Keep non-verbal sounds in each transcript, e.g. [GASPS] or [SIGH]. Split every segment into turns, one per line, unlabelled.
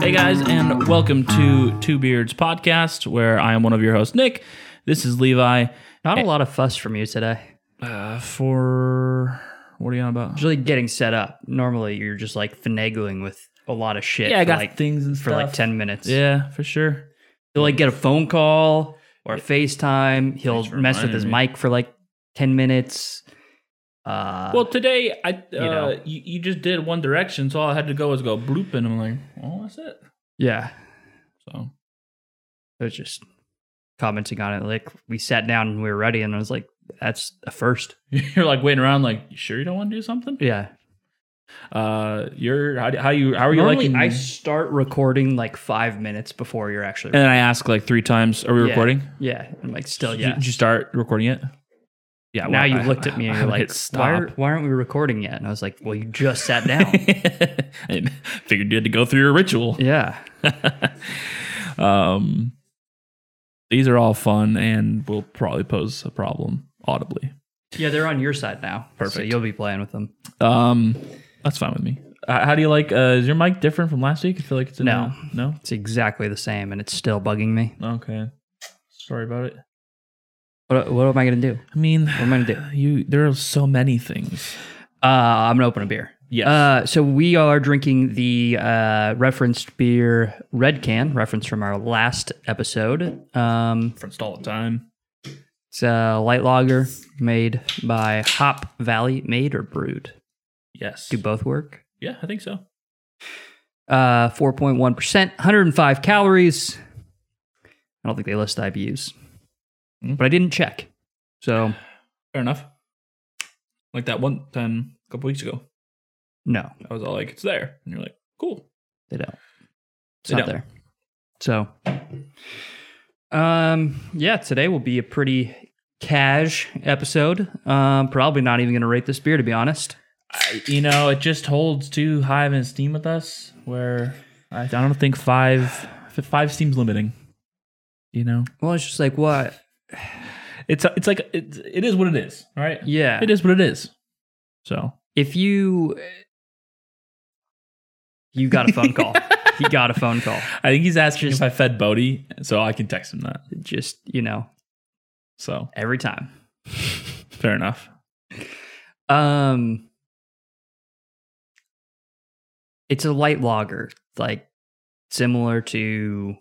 Hey guys, and welcome to Two Beards Podcast, where I am one of your hosts, Nick. This is Levi. Eh.
Not a lot of fuss from you today.
Uh, for what are you on about?
Usually getting set up. Normally you're just like finagling with a lot of shit.
Yeah, I
for,
got
like
things and
for like
stuff.
ten minutes.
Yeah, for sure.
He'll like get a phone call or a FaceTime. He'll
Thanks for
mess with his
reminding
mic for like ten minutes. Uh,
Well, today I uh, you,
know.
you just did One Direction, so all I had to go was go bloop, and I'm like, oh, that's it.
yeah,
So [LAUGHS]
it was just commenting on it. Like we sat down and we were ready, and I was like, "That's a first.
you're like waiting around, like, you sure you don't want to do something?
Yeah.
Uh, you're how, do- how you how are you
Normally
liking?
I start recording like five minutes before you're actually.
and then I ask like three times, are we
Yeah.
recording?
yeah, I'm like still
Did
yeah.
you, did you start recording it? Yeah.
now
well,
you
I-
looked [LAUGHS] at me and
I
you're
would
like,
hit
why,
stop.
are, why aren't we recording yet? And I was like, well, you just sat [LAUGHS] down.
[LAUGHS] I didn't- figured you had to go through your
[LAUGHS]
ritual.
yeah.
um, these are all fun and will probably pose a problem audibly.
Yeah, they're on your side now. So
Perfect.
you'll be playing with them.
Um, that's fine with me. Uh, how do you like? Uh, is your mic different from last week? I feel like it's in
No.
a- no.
It's exactly the same and it's still bugging me.
Okay, sorry about it.
What, what am I going to do?
I mean,
What am I going [LAUGHS] to do?
you there are so many things.
Uh, I'm going to open a beer.
Yes.
Uh, so we are drinking the uh, referenced beer Red Can, reference from our last episode. Um,
From stall of time.
it's a light lager made by Hop Valley, made or brewed.
Yes.
Do both work?
Yeah, I think so.
Uh, 4.1%, 105 calories. I don't think they list IBUs,
Hmm.
but I didn't check. So,
Fair enough. Like that one time a couple weeks ago,
no,
I was all like, "It's there," and you're like, "Cool."
they don't. It's
They
not
don't.
there. So, um, yeah, today will be a pretty cash episode. Um, probably not even going to rate this beer, to be honest.
I, you know, it just holds too high of an esteem with us. Where I, I don't think five five seems limiting. You know,
Well, it's just like, what?
it's it's like it, it is what it is. All right,
Yeah.
it is what it is. So
If you. You got a
[LAUGHS]
phone call. he got a phone call.
I think he's asking if I fed Bodie, so I can text him that.
Just, you know, [LAUGHS]
So
every time.
fair enough.
Um, it's a light lager, like similar to,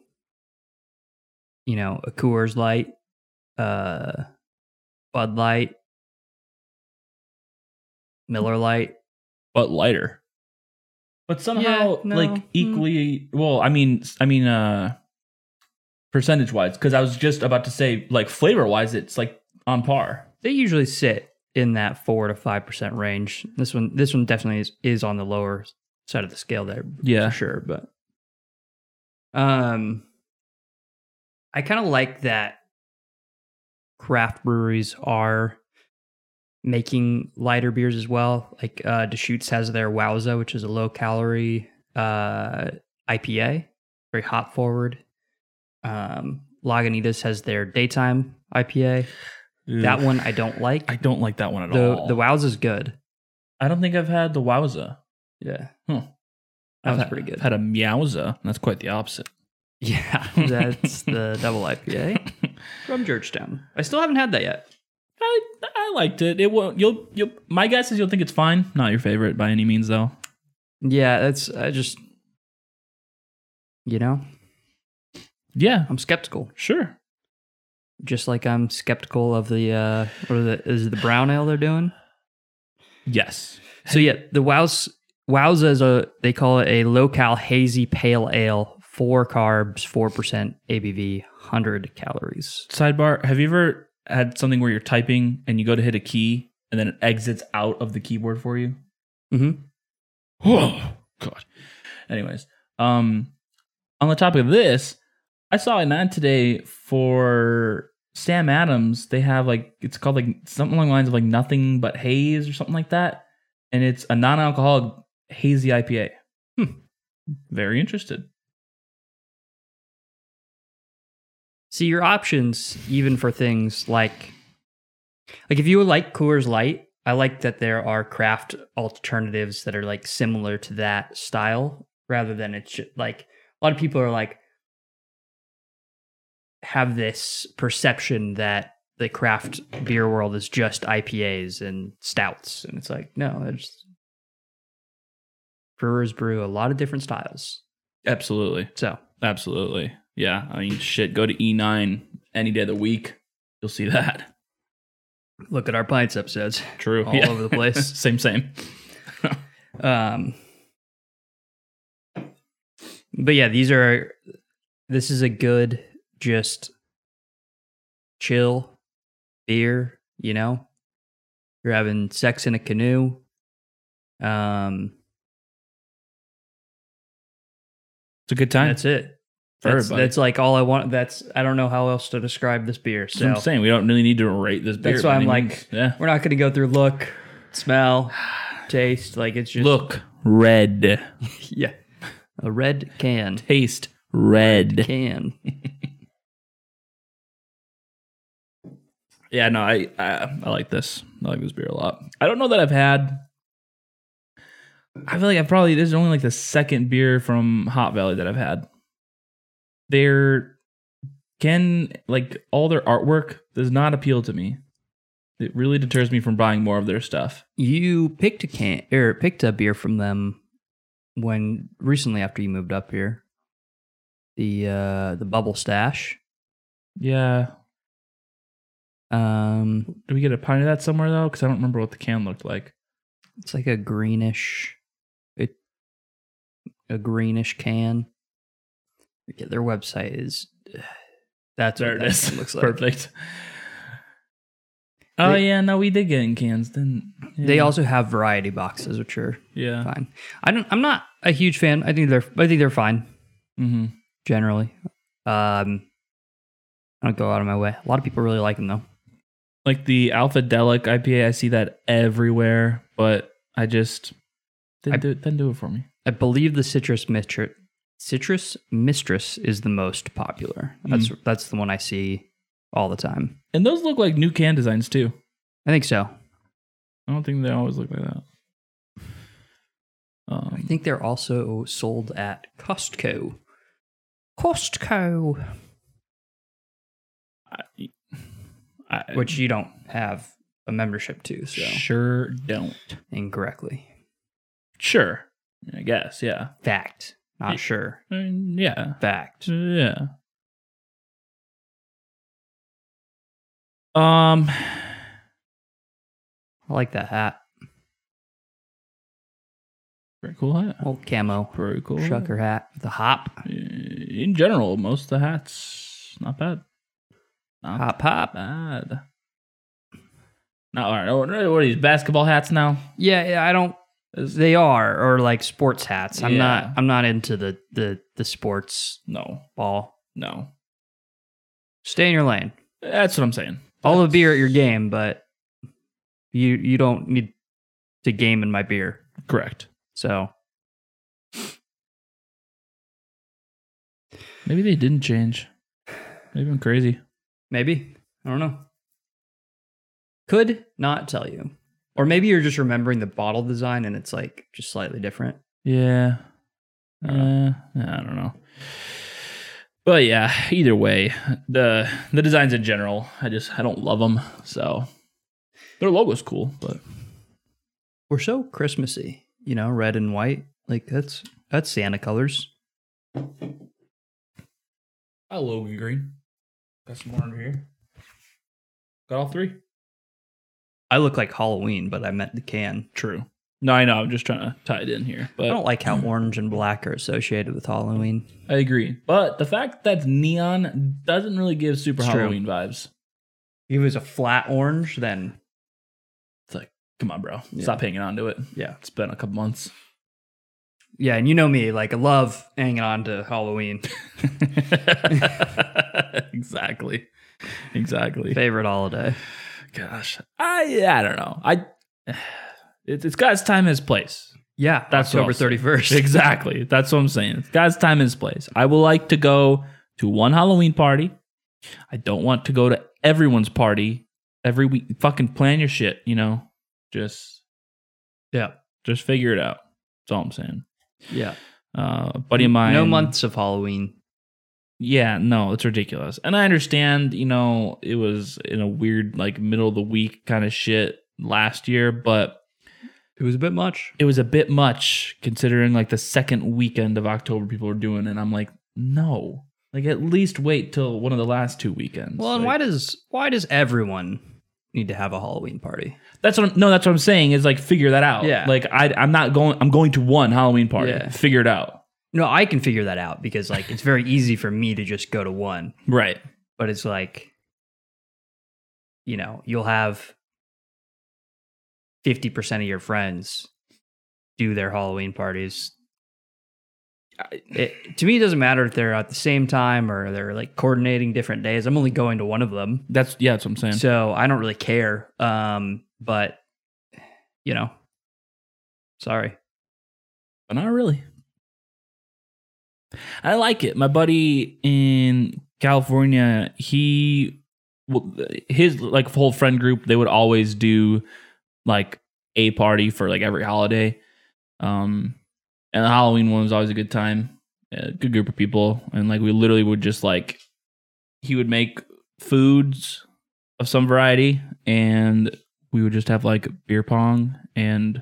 you know, a Coors Light, uh, Bud Light, Miller Light.
but lighter. But somehow
no,
like
mm.
equally well, I mean I mean uh percentage wise cuz I was just about to say like flavor wise it's like on par.
They usually sit in that four to five percent range. This one, this one definitely is, is on the lower side of the scale there,
Yeah.
for sure. But um, I kind of like that craft breweries are making lighter beers as well. Like uh, Deschutes has their Wowza, which is a low calorie uh, IPA, very hop forward. Um, Lagunitas has their daytime IPA. That one I don't like.
I don't like that one at
the
all.
the Wowza's good.
I don't think I've had the wowza.
Yeah.
Hmm.
That was
I've
pretty
had,
good.
I've had a meowza. and That's quite the opposite.
Yeah, [LAUGHS] that's the double IPA from Georgetown. I still haven't had that yet.
I I liked it. It won't. You'll you'll. My guess is you'll think it's fine. Not your favorite by any means, though.
Yeah, that's I just you know,
Yeah,
I'm skeptical.
sure.
Just like I'm skeptical of the uh or the is it the brown ale they're doing?
Yes.
So yeah, the Wows Wowza is a they call it a low-cal hazy pale ale, four carbs, four percent ABV, hundred calories.
sidebar have you ever had something where you're typing and you go to hit a key and then it exits out of the keyboard for you
Mm-hmm.
[GASPS] oh god anyways um on the topic of this i saw an ad today for sam adams they have like it's called like something along the lines of like nothing but haze or something like that and it's a non-alcoholic hazy ipa hmm. very interested
See your options, even for things like, like if you like Coors Light, I like that there are craft alternatives that are like similar to that style, rather than it's just like a lot of people are like have this perception that the craft beer world is just IPAs and stouts, and it's like no, there's brewers brew a lot of different styles.
Absolutely.
So
Absolutely. Yeah. I mean, shit, go to E9 any day of the week. You'll see that.
look at our pints episodes
True.
all
Yeah.
over the [LAUGHS] place.
same, same.
Um, but yeah, these are. This is a good, just chill beer. You know, you're having sex in a canoe. Um,
It's a good time.
that's it.
For
that's,
everybody.
that's like all I want. That's I don't know how else to describe this beer.
That's what
So
I'm saying. We don't really need to rate this beer.
That's why
by
I'm
any
like-
means. yeah.
we're not going to go through look,
[SIGHS]
smell, taste. Like it's just
Look red.
yeah, a red can
Taste red.
can.
Yeah, no, I, I I like this. I like this beer a lot. I don't know that I've had. I feel like I probably this is only like the second beer from Hot Valley that I've had. Their can like all their artwork does not appeal to me. It really deters me from buying more of their stuff.
you picked a can or picked a beer from them when recently after you moved up here. The uh the bubble stash.
Yeah.
Um
Do we get a pint of that somewhere though? Because I don't remember what the can looked like.
it's like a greenish it a greenish can. Yeah, their website is [SIGHS] that's
There
what
it
that
is. [LAUGHS]
can looks like.
Perfect. Oh
They-
yeah, no, we did get in cans, didn't?
They
Yeah. Uh-huh.
also have variety boxes, which are
yeah.
fine. I don't I'm not a huge fan. I think they're I think they're fine.
Mm-hmm.
generally. Um, I don't go out of my way. A lot of people really like them though.
like the alphadelic IPA. I see that everywhere, but I just didn't
I-
do it. Didn't do it for me.
I believe the citrus mistress, citrus mistress is the most popular. That's that's the one I see all the time.
And those look like new can designs too.
I think so.
I don't think they always look like that. Um,
I think they're also sold at Costco. Costco,
I,
which you don't have a membership to, so
sure don't.
incorrectly.
Sure, I guess. Yeah.
Fact, not
Yeah.
sure.
I mean, yeah. Hmm.
Fact.
Yeah. Um.
I like that hat.
Very cool hat.
Old camo
Very cool. hat.
trucker hat with a hop.
In general, most of the hats not bad. Not
Hop hop.
bad. Not all right. What are these basketball hats now?
Yeah, yeah, I don't. They are or like sports hats. I'm
Yeah.
not. I'm not into the the the sports
No,
ball.
no.
Stay in your lane.
That's what I'm saying.
I'll have beer at your game, but you you don't need to game in my beer.
Correct.
So
Maybe they didn't change. Maybe I'm crazy.
maybe I don't know. Could not tell you, or maybe you're just remembering the bottle design and it's like just slightly different.
Yeah. Uh,
I
I
don't
don't know. But yeah, either way, the the designs in general, I just I don't love them. So their logo's cool, but
We're so Christmassy, you know, red and white. Like that's that's Santa colors.
I Logan Green. Got some more under here. Got all three.
I look like Halloween, but I meant the can.
True. No, I know. I'm just trying to tie it in here,
I
but
don't like how orange and black are associated with Halloween.
I agree. But the fact that that's neon doesn't really give super
It's true.
Halloween vibes.
If it was a flat orange, then
It's like, come on, bro,
Yeah.
stop hanging on to it.
Yeah.
it's been a couple [LAUGHS] months.
yeah, and you know me, like I love hanging on to
[LAUGHS]
Halloween.
exactly, exactly.
Favorite holiday.
Gosh, I I don't know. I [SIGHS] it, it's God's time, His place.
Yeah,
That's what
October
I'll say.
thirty first.
Exactly. That's what I'm saying. It's God's time and his place. I will like to go to one Halloween party. I don't want to go to everyone's party every week. Fucking plan your shit, you know? Just
Yeah,
just figure it out. That's all I'm saying.
[LAUGHS] yeah.
Uh, a buddy of mine.
No months of Halloween.
Yeah, no, it's ridiculous. And I understand, you know, it was in a weird, like, middle of the week kind of shit last year, but
It was a bit much.
it was a bit much considering, like, the second weekend of October people were doing. And I'm like, no. Like, at least wait till one of the last two weekends.
Well, and
Like,
why does why does everyone need to have a Halloween party?
That's what I'm, no, that's what I'm saying is like figure that out.
Yeah.
Like I I'm not going I'm going to one Halloween party.
Yeah.
Figure it out.
No, I can figure that out because like it's very easy for me to just go to one.
Right.
but it's like you know you'll have 50% of your friends do their halloween parties it, to me it doesn't matter if they're at the same time or they're like coordinating different days i'm only going to one of them
That's yeah, that's what I'm saying.
so i don't really care um but you know sorry
but not really. I like it. My buddy in California, he, well, his like whole friend group, they would always do like a party for like every holiday. Um, and the Halloween one was always a good time, a good group of people. And like we literally would just like, he would make foods of some variety and we would just have like beer pong and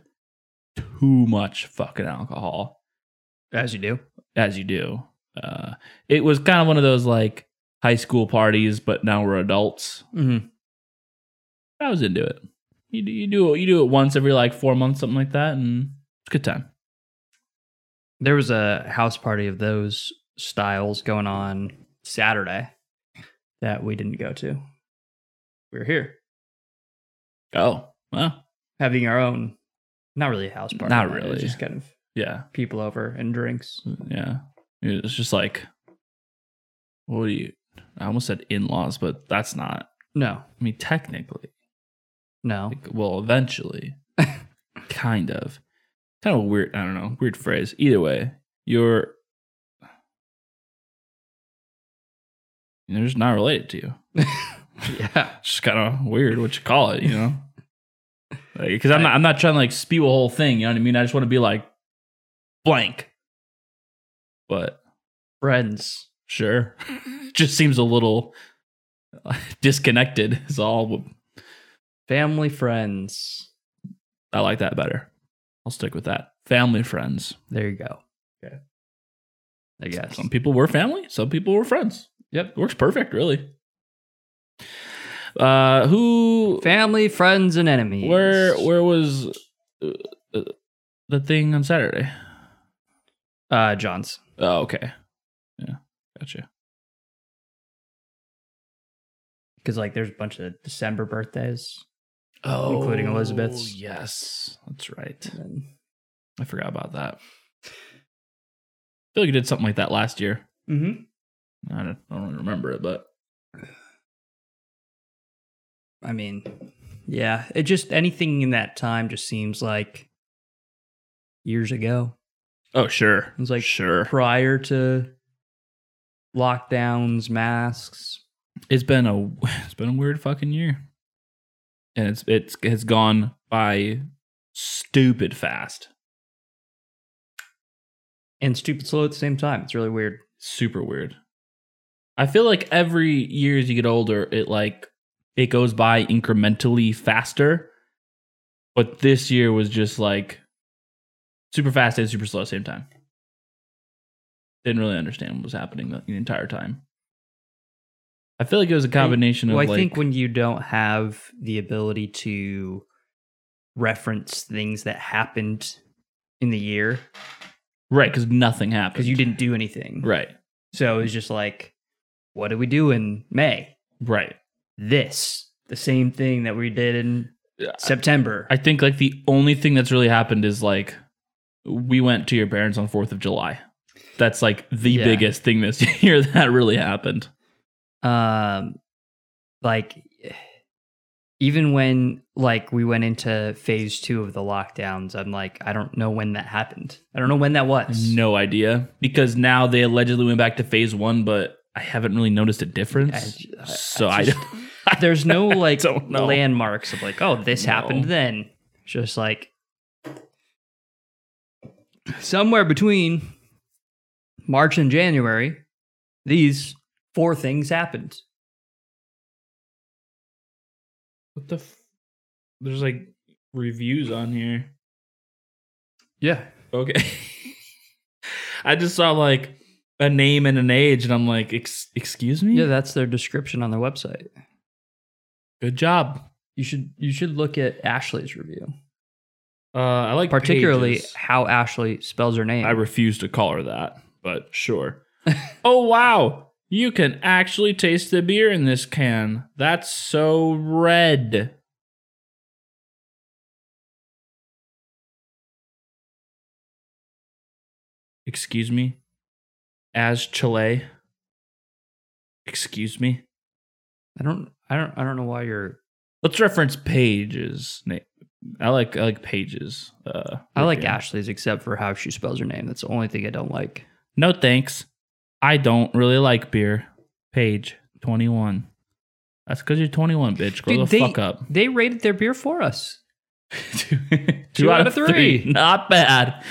too much fucking alcohol
as you do
as you do. Uh, it was kind of one of those like high school parties, but now we're adults.
mm-hmm.
I was into it. You do, you do you do it once every like four months, something like that, and it's a good time.
there was a house party of those styles going on Saturday that we didn't go to. We were here
Oh well,
having our own, not really a house party,
Not
it was
really. Hmm.
just kind of
yeah,
people over and drinks.
yeah. It's just like what do you? I almost said in laws, but that's not.
No,
I mean, technically, [LAUGHS]
no,
like, well, eventually, kind of, kind of a weird. I don't know, weird phrase. Either way, you're. They're just not related to you.
yeah,
It's just kind of weird what you call it, you know? Because I'm not, I'm not trying to like spew a whole thing. You know what I mean? I just want to be like blank. But
friends.
sure, just seems a little disconnected. Is all
Family friends.
I like that better. I'll stick with that. Family friends.
There you go.
Okay.
I guess.
Some people were family, some people were friends.
Yep.
Works perfect, really. Uh who
Family, friends, and enemies.
where where was uh, uh, the thing on Saturday?
Uh, John's.
Oh, okay. Yeah. Gotcha.
Because like there's a bunch of December birthdays.
Oh,
Including Elizabeth's.
Yes. That's right.
And then
I forgot about that. I feel like you did something like that last year.
Mm-hmm.
I don't, I don't remember it, but
I mean, yeah, it just anything in that time just seems like years ago,
oh, sure.
It was like-
sure.
prior to lockdowns, masks.
it's been a [LAUGHS] it's been a weird fucking year, and it's it's has gone by stupid fast,
And stupid slow at the same time. It's really weird.
super weird. I feel like every year as you get older, it like it goes by incrementally faster, but this year was just like super fast and super slow at the same time. Didn't really understand what was happening the, the entire time. I feel like it was a combination
Well,
of
I
like
think when you don't have the ability to reference things that happened in the year
right because nothing happened
because you didn't do anything.
right
So it was just like, what do we do in May?
right.
This. The same thing that we did in September.
I think like the only thing that's really happened is like we went to your parents on 4th of July. That's like the
Yeah.
biggest thing this [LAUGHS] year that really happened.
um like even when like we went into phase two of the lockdowns i'm like i don't know when that happened i don't know when that was
No idea because now they allegedly went back to phase 1 but I haven't really noticed a
I-
difference.
I- I
so uh, I,
just-
don't
there's no like
don't know.
landmarks of like oh this
No.
happened then just like somewhere between March and January, these four things happened.
[LAUGHS] What the? F- There's like reviews on here.
Yeah.
Okay. [LAUGHS] I just saw like a name and an age, and I'm like, Ex- excuse me.
Yeah, that's their description on their website.
Good job.
You should you should look at Ashley's review.
Uh, I like
Particularly
pages.
how Ashley spells her name.
I refuse to call her that, but sure. [LAUGHS] oh wow, you can actually taste the beer in this can. That's so red. Excuse me. As Chile. Excuse me.
I don't I don't I don't know why you're
Let's reference pages. na- I like I like pages. Uh,
I like
Ashley.
Ashley's except for how she spells her name. That's the only thing I don't like.
No thanks. I don't really like beer. Page 21. That's because you're 21, bitch. Grow
Dude,
the
they-
fuck up.
They rated their beer for us.
two,
[LAUGHS] Two out of three.
Not bad.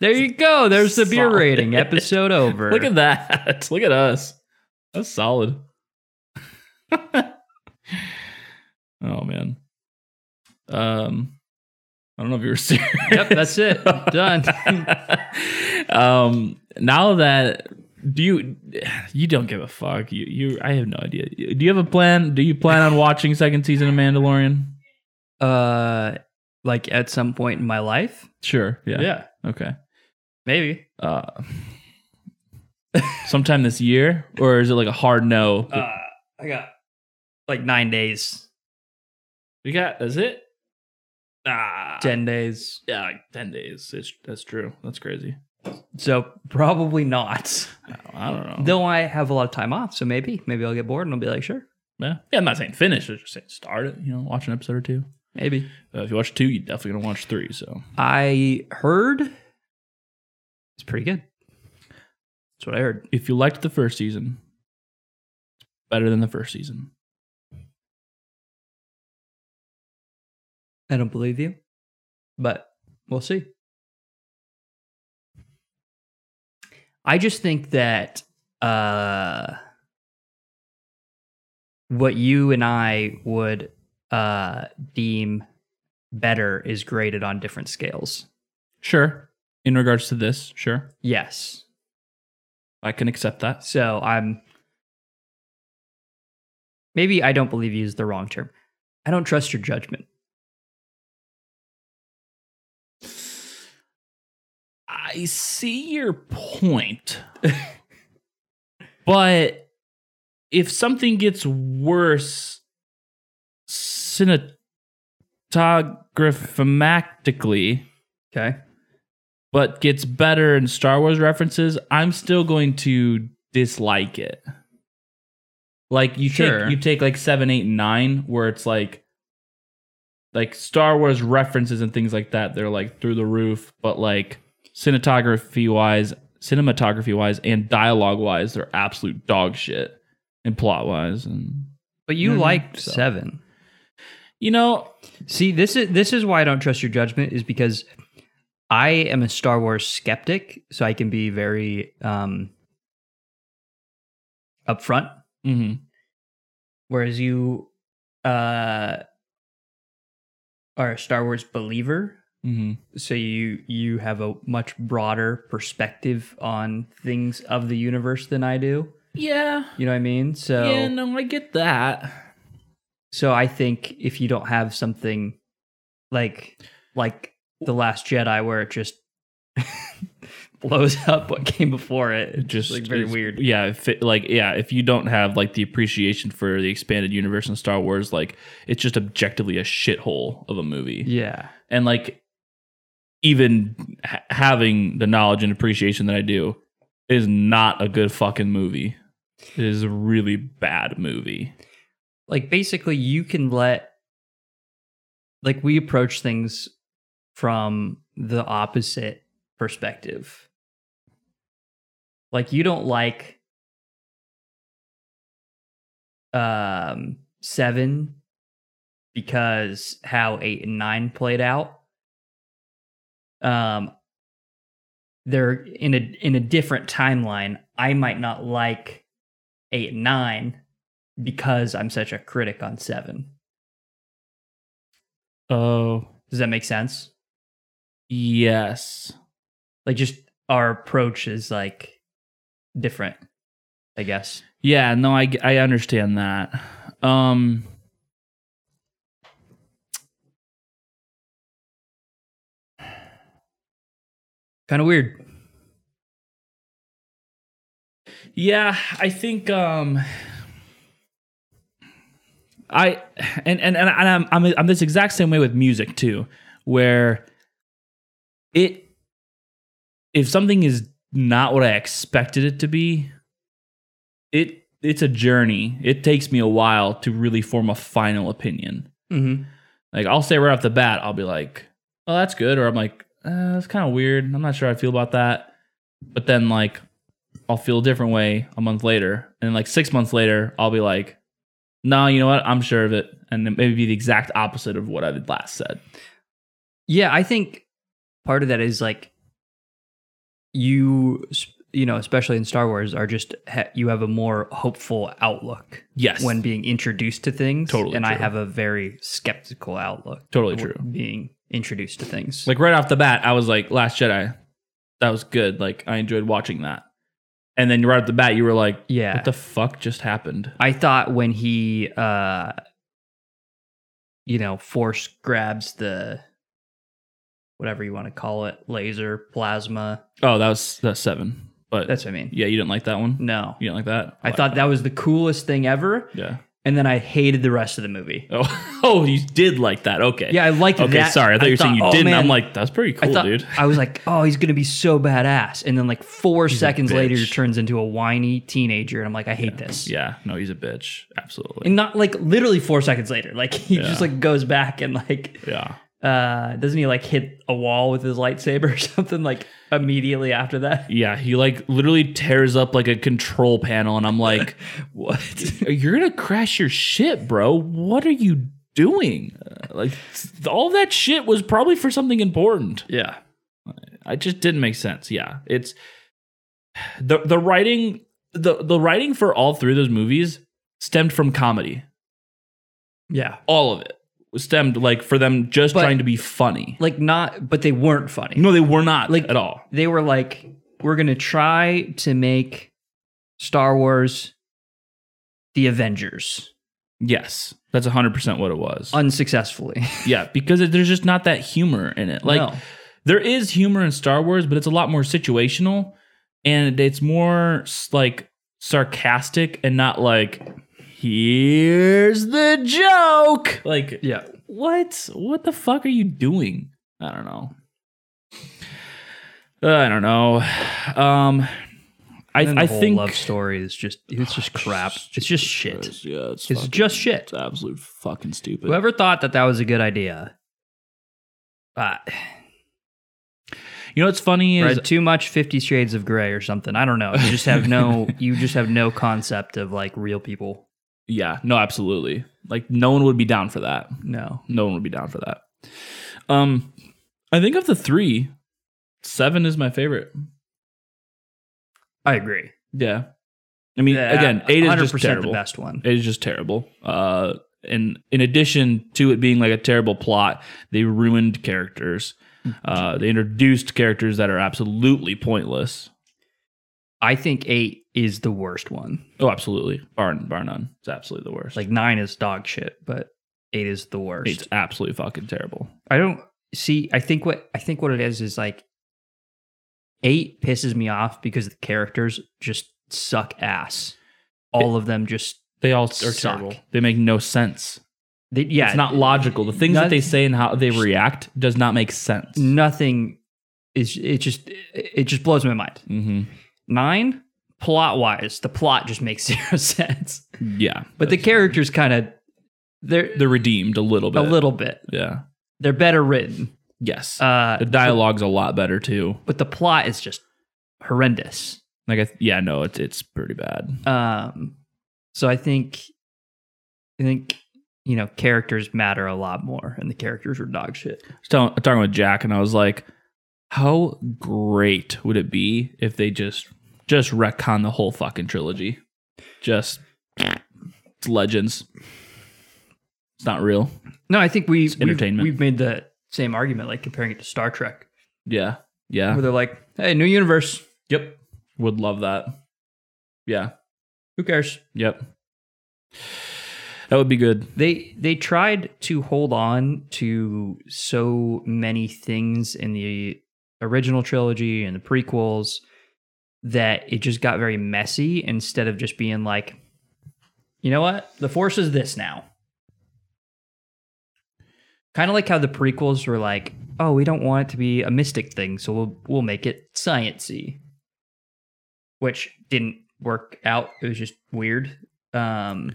There you go. There's the beer
Solid.
rating.
[LAUGHS]
Episode over.
Look at that. [LAUGHS] Look at us. That's solid. [LAUGHS] oh, man. Um, I don't know if you were [LAUGHS] serious.
Yep, that's
[LAUGHS]
it. Done.
um, now that do you you don't give a fuck. You you I have no idea. Do you have a plan? Do you plan on watching second season of Mandalorian?
uh like at some point in my life.
Sure. Yeah. Okay.
Maybe.
Uh [LAUGHS] sometime this year or is it like a hard no?
Uh I got like nine days.
we got is it? Ah.
Ten days.
yeah, like 10 days. It's, that's true. That's crazy.
So probably not.
I don't know.
Though I have a lot of time off, so maybe. Maybe I'll get bored and I'll be like, sure.
yeah. yeah, I'm not saying finish. I'm just saying start it. You know, watch an episode or two.
Maybe.
Uh, if you watch two, you're definitely gonna watch three. So
I heard it's pretty good. That's what I heard.
if you liked the first season, it's better than the first season.
I don't believe you, but we'll see. I just think that uh, what you and I would uh, deem better is graded on different scales.
Sure. In regards to this, sure.
Yes.
I can accept that.
So I'm. Maybe I don't believe you is the wrong term. I don't trust your judgment.
I see your point. but if something gets worse cinematographematically,
Okay.
but gets better in Star Wars references, I'm still going to dislike it. Like you
Sure.
take you take like seven, eight, and nine, where it's like like Star Wars references and things like that, they're like through the roof, but like cinematography wise, cinematography wise and dialogue wise, they're absolute dog shit. And plot wise and
But you
Mhm.
liked
So-
seven.
you know,
See, this is this is why I don't trust your judgment is because I am a Star Wars skeptic, so I can be very um upfront.
mhm.
Whereas you uh are a Star Wars believer,
Mhm.
so you you have a much broader perspective on things of the universe than I do.
Yeah.
You know what I mean? So
yeah, no, I get that.
So I think if you don't have something like like the Last Jedi, where it just [LAUGHS] blows up what came before it,
It
it's just like very
is-
weird.
Yeah, if it, like yeah, if you don't have like the appreciation for the expanded universe in Star Wars, like it's just objectively a shithole of a movie.
Yeah,
And like even ha- having the knowledge and appreciation that I do it is not a good fucking movie. It is a really bad movie.
like basically you can let like we approach things from the opposite perspective. Like you don't like um 7 because how 8 and 9 played out. Um they're in a in a different timeline. I might not like eight and nine because I'm such a critic on seven.
Oh,
Does that make sense?
yes.
Like just our approach is like different, I guess.
Yeah, no, I, I understand that. Um,
Kind of weird.
yeah, I think um, I and and and I'm I'm I'm this exact same way with music too, where it if something is not what I expected it to be, it it's a journey. It takes me a while to really form a final opinion.
Mm-hmm.
Like I'll say right off the bat, I'll be like, "Oh, that's good," or I'm like, uh, "That's kind of weird. I'm not sure I feel about that." But then like, I'll feel a different way a month later, and like six months later, I'll be like, "No, you know what? I'm sure of it," and it may be the exact opposite of what I had last said.
Yeah, I think part of that is like you, s- you know, especially in Star Wars, are just ha- you have a more hopeful outlook
Yes,
when being introduced to things.
Totally
and I
true.
have a very skeptical outlook.
Totally
w-
true.
Being introduced to things.
like right off the bat, I was like, "Last Jedi, that was good. Like I enjoyed watching that." And then right off the bat, you were like,
yeah,
"What the fuck just happened?"
I thought when he, uh you know, force grabs the whatever you want to call it, laser plasma.
Oh, that was that's seven. But
That's what I mean.
yeah, you didn't like that one.
No,
You didn't like that.
I
like
thought that was the coolest thing ever,
Yeah.
and then I hated the rest of the movie.
Oh, [LAUGHS] oh, you did like that. Okay.
Yeah, I liked
Okay.
that.
Sorry, I thought you were saying you
"Oh,
didn't. I'm
man."
like, that's pretty cool,
I thought, [LAUGHS]
dude.
I was like, oh, he's gonna be so badass, and then like four
a
seconds later, he
bitch.
turns into a whiny teenager, and I'm like, I hate this.
Yeah. No, he's a bitch. Absolutely.
And not like literally four seconds later, like he
Yeah.
just like goes back and like
yeah.
uh doesn't he like hit a wall with his lightsaber or [LAUGHS] something like immediately after that [LAUGHS]
Yeah. He like literally tears up like a control panel, and I'm
[LAUGHS]
like,
what
you're gonna crash your ship, bro. What are you doing? Uh, Like, all that shit was probably for something important.
yeah
I just didn't make sense. Yeah, it's [SIGHS] the the writing the the writing for all three of those movies stemmed from comedy.
yeah
All of it stemmed like for them just
But-
trying to be funny.
like not but they weren't funny
No, they were not
Like-
at all.
they were like we're gonna try to make star wars the avengers
Yes, that's hundred percent what it was.
unsuccessfully [LAUGHS]
yeah, because it, there's just not that humor in it. Like
No.
there is humor in Star Wars, but it's a lot more situational, and it's more s- like sarcastic and not like here's the joke. Like
yeah
what what the fuck are you doing i don't know i don't know [SIGHS] um i
and then the
i
whole
think Oh,
love story is just it's
Ah,
just crap it's just shit
yeah it's,
it's
fucking-
just shit
it's absolute fucking stupid
whoever thought that that was a good idea uh,
you know what's funny is
read too much Fifty Shades of Grey or something. I don't know. You just
[LAUGHS]
have no. you just have no concept of like real people.
yeah no absolutely like no one would be down for that
No.
no one would be down for that um i think of the three seven is my favorite
I agree.
yeah i mean again eight is just
100%
terrible
the best one.
It is just terrible. Uh, and in addition to it being like a terrible plot, they ruined characters. Uh, they introduced characters that are absolutely pointless.
I think eight is the worst one.
Oh, absolutely, bar bar none. It's absolutely the worst.
Like nine is dog shit, but eight is the worst.
it's absolutely fucking terrible.
I don't see. I think what I think what it is is like eight pisses me off because the characters just suck ass. All of them just
They all are
Suck.
terrible. They make no sense.
they, yeah.
It's not logical. The things that they
Noth-
say and how they react does not make sense.
nothing is it just it just blows my mind.
hmm
Nine, plot wise, the plot just makes [LAUGHS] zero sense.
Yeah,
But the characters kind of they're,
they're redeemed a little
a
bit.
little bit.
Yeah.
They're better written.
Yes.
Uh,
the dialogue's a lot better too.
but the plot is just horrendous.
Like, I, yeah, no, it's it's pretty bad.
Um, so I think I think you know characters matter a lot more, and the characters are dog shit.
was telling, talking with Jack, and I was like, How great would it be if they just just retcon the whole fucking trilogy? Just it's legends. It's not real.
No, I think we we've,
entertainment.
we've made the same argument, like comparing it to Star Trek,
Yeah. Yeah.
where they're like, "Hey, new universe.
Yep. Would love that. Yeah.
Who cares?"
Yep. That would be good.
They they tried to hold on to so many things in the original trilogy and the prequels that it just got very messy instead of just being like, you know what? The force is this now. Kind of like how the prequels were like, oh, we don't want it to be a mystic thing, so we'll we'll make it sciency. Which didn't work out. It was just weird. Um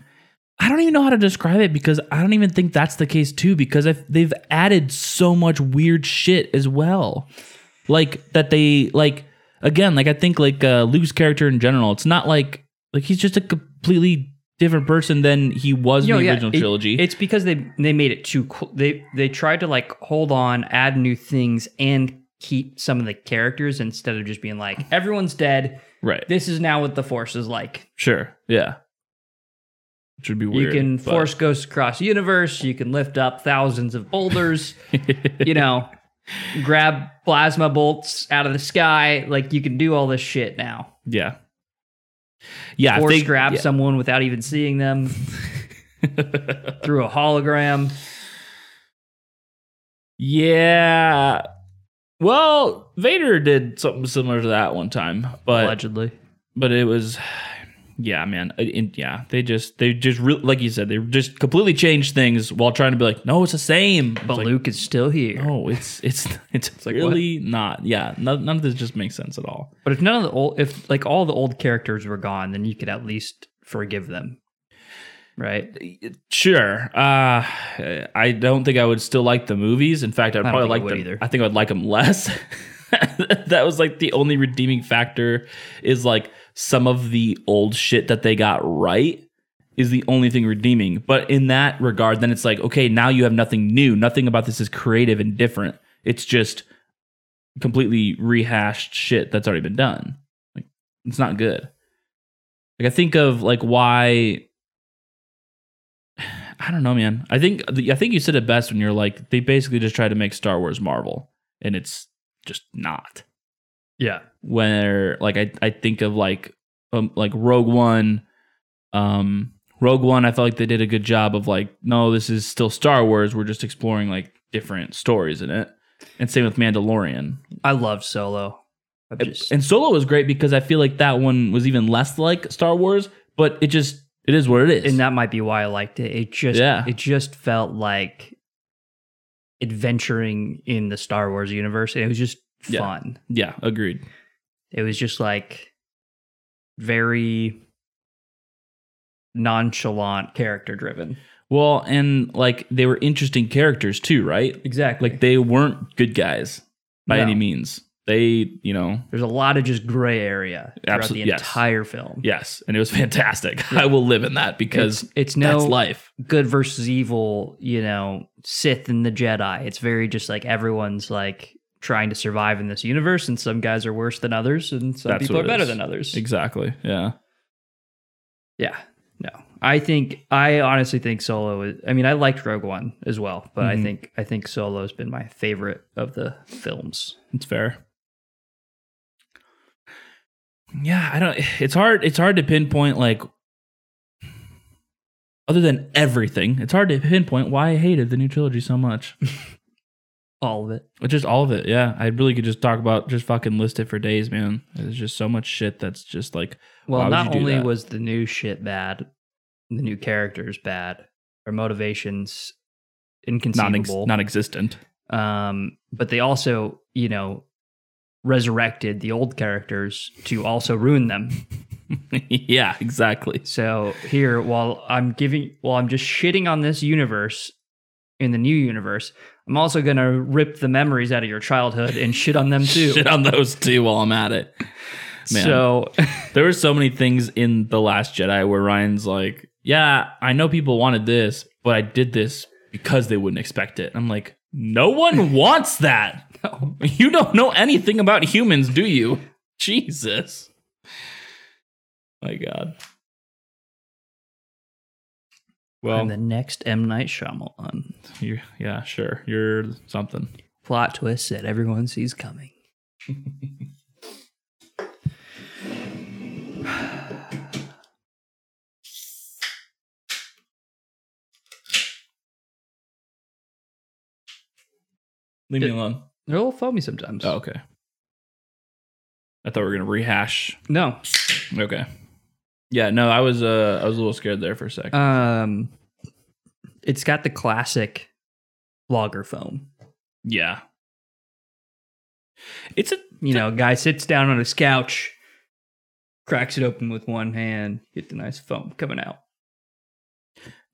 I don't even know how to describe it because I don't even think that's the case too because I've, they've added so much weird shit as well. Like that they like again like I think like uh, Luke's character in general it's not like like he's just a completely different person than he was
No,
in the
yeah,
original
it-
trilogy.
It's because they they made it too cool. They they tried to like hold on, add new things, and keep some of the characters instead of just being like everyone's dead.
right.
This is now what the force is like.
Sure. Yeah. Which would be weird.
you can
but-
force ghosts across the universe. You can lift up thousands of boulders. [LAUGHS] you know, grab plasma bolts out of the sky. Like you can do all this shit now.
[LAUGHS] Yeah. Yeah. if
Force
they-
grab
yeah.
someone without even
[LAUGHS]
seeing them through a hologram.
Yeah. Well, Vader did something similar to that one time, but
allegedly,
but it was, yeah, man, I- and yeah. They just they just re- like you said they just completely changed things while trying to be like, no, it's the same. It's
but
like,
Luke is still here.
no, it's it's [LAUGHS] it's,
like, what?
really not. Yeah, none, none of this just makes sense at all.
But if none of the old, if like all the old characters were gone, then you could at least forgive them, right?
Sure. Uh, I don't think I would still like the movies. In fact, I'd
I don't
probably
think I
like
would
them.
either.
I think I'd like them less. [LAUGHS] that was like the only redeeming factor is like some of the old shit that they got right is the only thing redeeming. But in that regard, then it's like okay, now you have nothing new. Nothing about this is creative and different. It's just completely rehashed shit that's already been done. Like it's not good. Like I think of like why I don't know, man. I think I think you said it best when you're like they basically just try to make Star Wars Marvel, and it's just not.
Yeah,
Where like I I think of like um like Rogue One, um Rogue One. I felt like they did a good job of like no, this is still Star Wars. We're just exploring like different stories in it. And same with Mandalorian.
I love Solo. I'm just,
And Solo was great because I feel like that one was even less like Star Wars, but it just it is what it is.
and that might be why I liked it. It just,
Yeah.
it just felt like adventuring in the Star Wars universe, and it was just
Yeah.
fun.
yeah, agreed.
It was just like very nonchalant, character driven.
Well, and like they were interesting characters too, right?
Exactly.
Like they weren't good guys by
No.
any means. They, you know,
There's a lot of just gray area throughout
Absolute-
the
yes.
entire film.
yes, and it was [LAUGHS] fantastic. I will live in that because
it's, it's
that's
no
life.
good versus evil, you know, Sith and the Jedi. It's very just like everyone's like trying to survive in this universe, and some guys are worse than others, and some
That's
people
what
are
it
better
is.
than others.
Exactly. Yeah.
yeah, no, I think I honestly think Solo. Is, I mean, I liked Rogue One as well, but I
Mhm.
think I think Solo has been my favorite of the films.
It's fair. Yeah, I don't it's hard it's hard to pinpoint like other than everything, it's hard to pinpoint why I hated the new trilogy so much.
All of it.
But Just all of it, yeah. I really could just talk about just fucking list it for days, man. There's just so much shit that's just like Why
Well,
would
not
you do
only
that?
was the new shit bad, the new characters bad, our motivations
non
inconceivable.
non existent. [LAUGHS]
um, but they also, you know, resurrected the old characters to also ruin them.
yeah, exactly.
So here, while I'm giving, while I'm just shitting on this universe, in the new universe, I'm also gonna rip the memories out of your childhood and shit on them too.
[LAUGHS] Shit on those two while I'm at it. man.
So
There were so many things in The Last Jedi where Ryan's like, Yeah, I know people wanted this, but I did this because they wouldn't expect it. I'm like, no one wants that.
know.
You don't know anything about humans, do you? Jesus. My God. [LAUGHS] Well,
I'm the next M Night Shyamalan
you're, yeah, sure. You're something.
plot twist that everyone sees coming.
Leave me
Yeah.
alone.
They're a little foamy sometimes.
Oh, okay. I thought we were gonna rehash.
no.
Okay. Yeah, no, I was uh, I was a little scared there for a second.
Um, it's got the classic lager foam.
yeah. It's a
You know, guy sits down on his couch, cracks it open with one hand, get the nice foam coming out.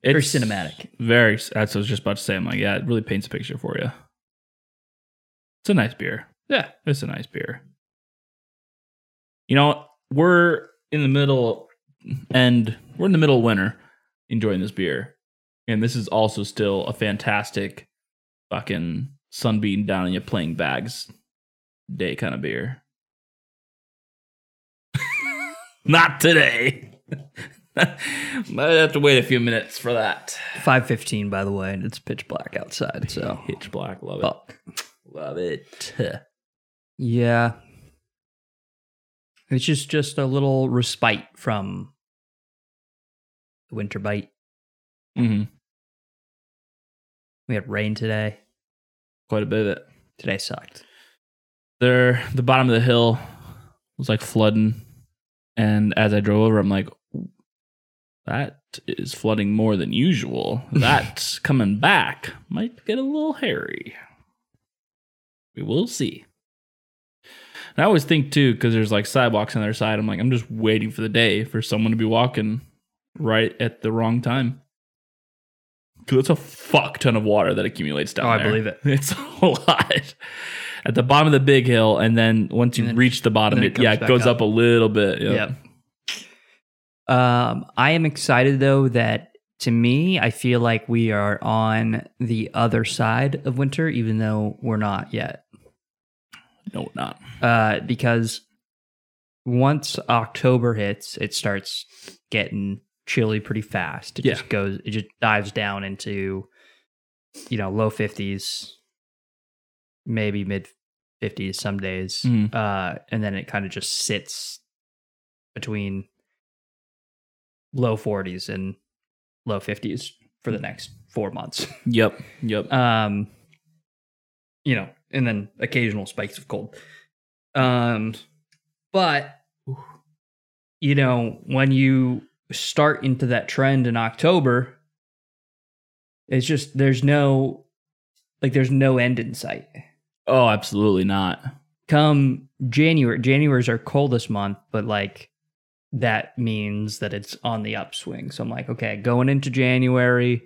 it's
Very cinematic.
Very. That's what I was just about to say. I'm like, yeah, it really paints a picture for you. It's a nice beer.
Yeah.
It's a nice beer. You know, we're in the middle, and we're in the middle of winter, enjoying this beer, and this is also still a fantastic, fucking sunbeam down on your playing bags, day kind of beer. [LAUGHS] Not today. [LAUGHS] Might have to wait a few minutes for that.
Five fifteen, by the way, and it's pitch black outside. So
Hitch black, love it,
fuck.
love it.
Yeah. It's just just a little respite from the winter bite.
hmm
We had rain today.
Quite a bit of it.
Today sucked.
there the bottom of the hill was like flooding and as i drove over i'm like that is flooding more than usual
[LAUGHS]
that's coming back might get a little hairy we will see and i always think too because there's like sidewalks on their side i'm like i'm just waiting for the day for someone to be walking right at the wrong time because it's a fuck ton of water that accumulates down
Oh, I
there.
believe it.
[LAUGHS] It's a lot at the bottom of the big hill, and then once you
And then-
reach the bottom,
then it
it, yeah,
comes
it
back
goes
up.
up. a little bit. Yeah.
Yep. Um, I am excited though that to me, I feel like we are on the other side of winter, even though we're not yet.
No, not
Uh, because once October hits, it starts getting chilly pretty fast. It
Yeah.
just goes, it just dives down into, you know, low 50s, maybe mid 50s some days.
Mhm.
Uh, and then it kind of just sits between low 40s and low 50s for the next four months.
Yep. Yep.
Um, you know, and then occasional spikes of cold. Um, but you know, when you start into that trend in October, it's just there's no like there's no end in sight.
oh, absolutely not.
Come January, January's our coldest month, but like that means that it's on the upswing. So I'm like, okay, going into January,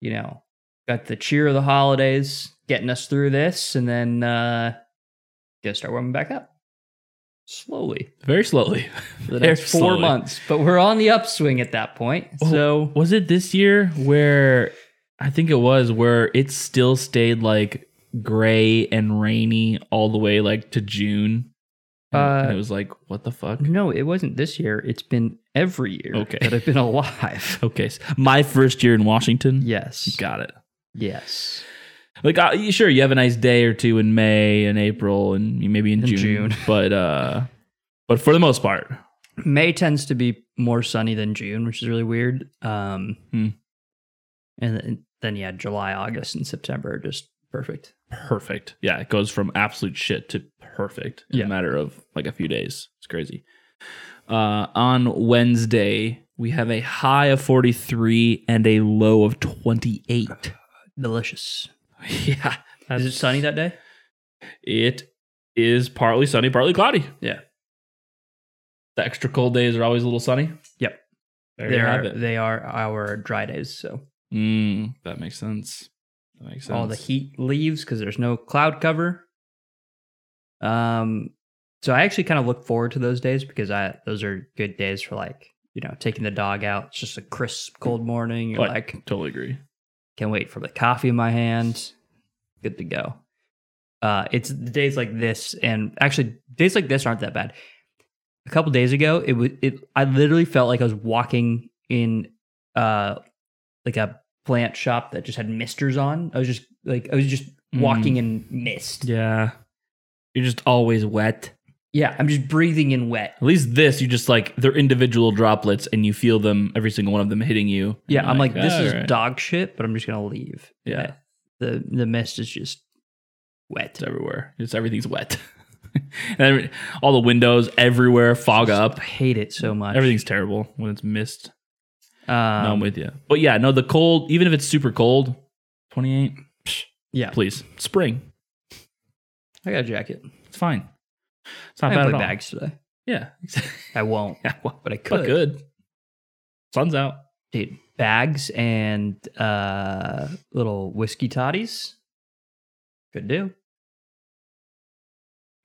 you know, got the cheer of the holidays getting us through this, and then uh gonna start warming back up slowly
Very slowly. [LAUGHS]
for the
Very
next four
slowly.
months. But we're on the upswing at that point.
Oh.
So
Was it this year where I think it was where it still stayed like gray and rainy all the way like to June? And, and
Uh,
it was like, what the fuck?
no, it wasn't this year. It's been every year
Okay.
that
[LAUGHS]
I've been alive.
Okay, so my first year in Washington.
yes.
Got it.
Yes.
Like, uh, you- sure, you have a nice day or two in May and April, and you- maybe in,
In
June,
June.
[LAUGHS] But uh, but for the most part,
May tends to be more sunny than June, which is really weird. Um,
Hmm.
And then- then, yeah, July, August, and September are just perfect.
perfect. Yeah, it goes from absolute shit to perfect in
Yeah.
a matter of like a few days. It's crazy. Uh, on Wednesday, we have a high of forty three and a low of twenty eight.
Delicious.
[LAUGHS] yeah,
Is it sunny that day?
It is partly sunny, partly cloudy.
Yeah.
The extra cold days are always a little sunny.
Yep.
There
They
you have
are,
it.
they are our dry days. So
Mm, that makes sense. That makes sense.
all the heat leaves because there's no cloud cover. Um, so I actually kind of look forward to those days because I those are good days for like you know taking the dog out. It's just a crisp, cold morning. You're
Like-
like,
Totally agree.
Can't wait for the coffee in my hand. Good to go. Uh, it's days like this, and actually, days like this aren't that bad. A couple days ago, it was it. I literally felt like I was walking in, uh, like a plant shop that just had misters on. I was just like I was just
Mm.
walking in mist. Yeah.
Yeah. You're just always wet.
I'm just breathing in wet.
At least this, you just like they're individual droplets, and you feel them every single one of them hitting you.
Yeah,
And
I'm like, this
"All
is
right."
dog shit, but I'm just gonna leave.
Yeah.
the the mist is just wet.
It's everywhere. It's everything's wet. [LAUGHS] and every- all the windows everywhere fog up.
I hate it so much.
Everything's terrible when it's mist.
Um,
no, I'm with you. But yeah, no, the cold, even if it's super cold, 28,
yeah,
please, spring.
I got a jacket.
It's fine. It's not
I
bad
play
at all.
bags today.
Yeah. [LAUGHS]
I won't,
yeah well,
but I
but
could.
good. Sun's out.
Dude, bags and uh, little whiskey toddies. Could do.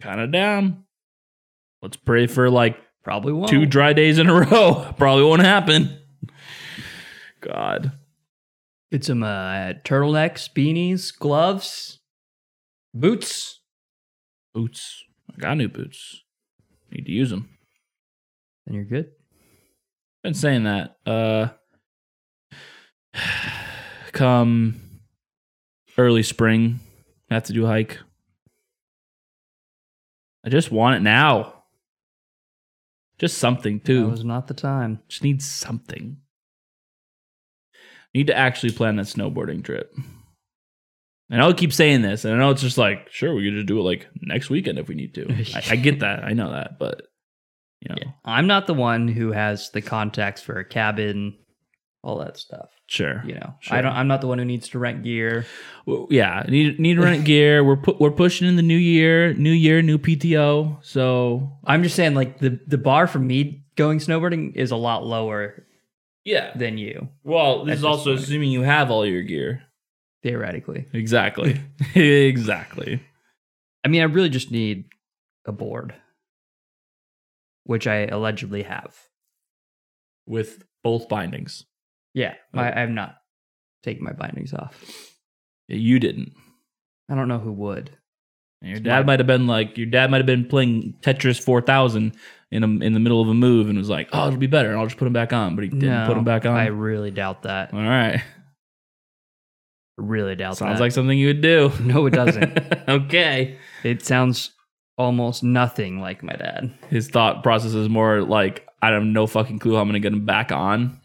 Kind of down. Let's pray for like
Probably won't.
two dry days in a [LAUGHS] row. Probably won't happen. God.
Get some uh, turtlenecks, beanies, gloves, boots.
Boots. I got new boots. Need to use them.
And you're good.
Been saying that. Uh [SIGHS] come early spring, I have to do a hike. I just want it now. Just something
That
too.
was not the time.
just need something. Need to actually plan that snowboarding trip. And I'll keep saying this, and I know it's just like, sure, we could just do it like next weekend if we need
[LAUGHS]
to. I, I get that, I know that, but you know,
Yeah. I'm not the one who has the contacts for a cabin, all that stuff.
sure.
You know,
Sure.
I don't. I'm not the one who needs to rent gear.
Well, yeah, need need to
[LAUGHS]
rent gear. We're pu- we're pushing in the new year, new year, new PTO. So
I'm just saying, like the the bar for me going snowboarding is a lot lower
yeah.
than you
Well,
At
this is
this
also
point.
assuming you have all your gear.
theoretically. [LAUGHS]
Exactly. [LAUGHS] exactly.
I mean, I really just need a board, which I allegedly have.
With both bindings,
Yeah, I, I'm not taking my bindings off.
you didn't.
I don't know who would.
And your
It's
dad
my-
might have been like, your dad might have been playing Tetris 4000 in a, in the middle of a move and was like, oh, it'll be better. And I'll just put them back on. But he didn't put them back on.
I really doubt that. I
All
[LAUGHS]
right.
really doubt
Sounds
that.
like something you would do.
[LAUGHS] no,
[LAUGHS]
it doesn't.
okay.
it sounds almost nothing like my dad.
His thought process is more like, I have no fucking clue how I'm going to get them back on.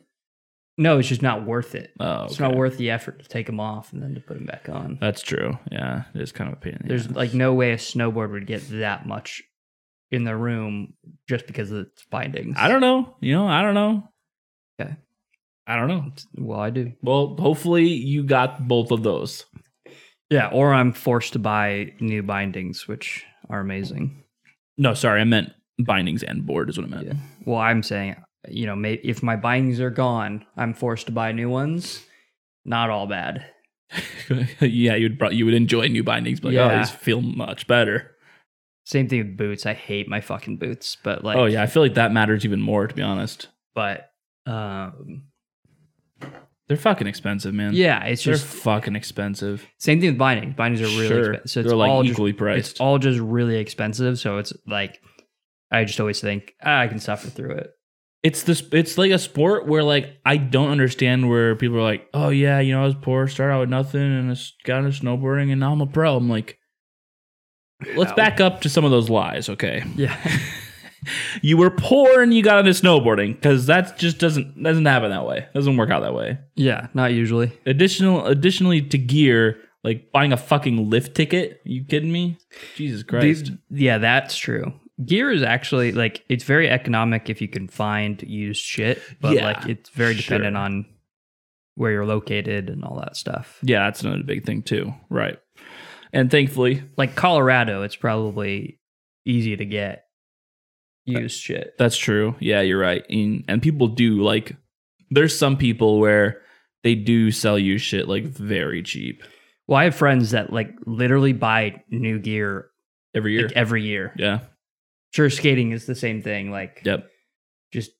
No, it's just not worth it.
Oh,
It's
okay.
not worth the effort to take them off and then to put them back on.
That's true. Yeah. It is kind of a pain. in the
There's
ass.
like no way a snowboard would get that much in the room just because of its bindings.
I don't know. You know, I don't know.
Okay.
I don't know.
Well, I do.
Well, hopefully you got both of those.
Yeah, or I'm forced to buy new bindings, which are amazing.
No, sorry. I meant bindings and board is what I meant.
Yeah. Well, I'm saying, you know, may if my bindings are gone, I'm forced to buy new ones. Not all bad.
[LAUGHS] yeah, you'd pro- you would enjoy new bindings, but like, oh,
Yeah.
these feel much better.
Same thing with boots. I hate my fucking boots, but like,
oh yeah, I feel like that matters even more to be honest.
but um,
They're fucking expensive, man.
yeah, it's
they're
just
fucking expensive.
same thing with bindings. Bindings are really
Sure.
expensive, so it's
they're like
all just
equally
it's
priced.
all just really expensive. So it's like, I just always think ah, I can suffer through it.
it's this. It's like a sport where like I don't understand where people are like, oh yeah, you know, I was poor, started out with nothing, and I s- got into snowboarding, and now I'm a pro. I'm like, let's
Ow.
back up to some of those lies, okay?
Yeah,
you were poor and you got into snowboarding because that just doesn't doesn't happen that way. Doesn't work out that way.
yeah, not usually.
additional additionally to gear like buying a fucking lift ticket you kidding me jesus christ
These- yeah, that's true. Gear is actually like it's very economic if you can find used shit, but
Yeah,
like it's very dependent
sure.
on where you're located and all that stuff.
yeah that's another big thing too right and thankfully
Like Colorado, it's probably easy to get used shit.
that's true yeah you're right and, and people do like there's some people where they do sell you shit like very cheap
Well, I have friends that like literally buy new gear
every year
like, every year.
yeah
Sure, skating is the same thing. Like
yep
just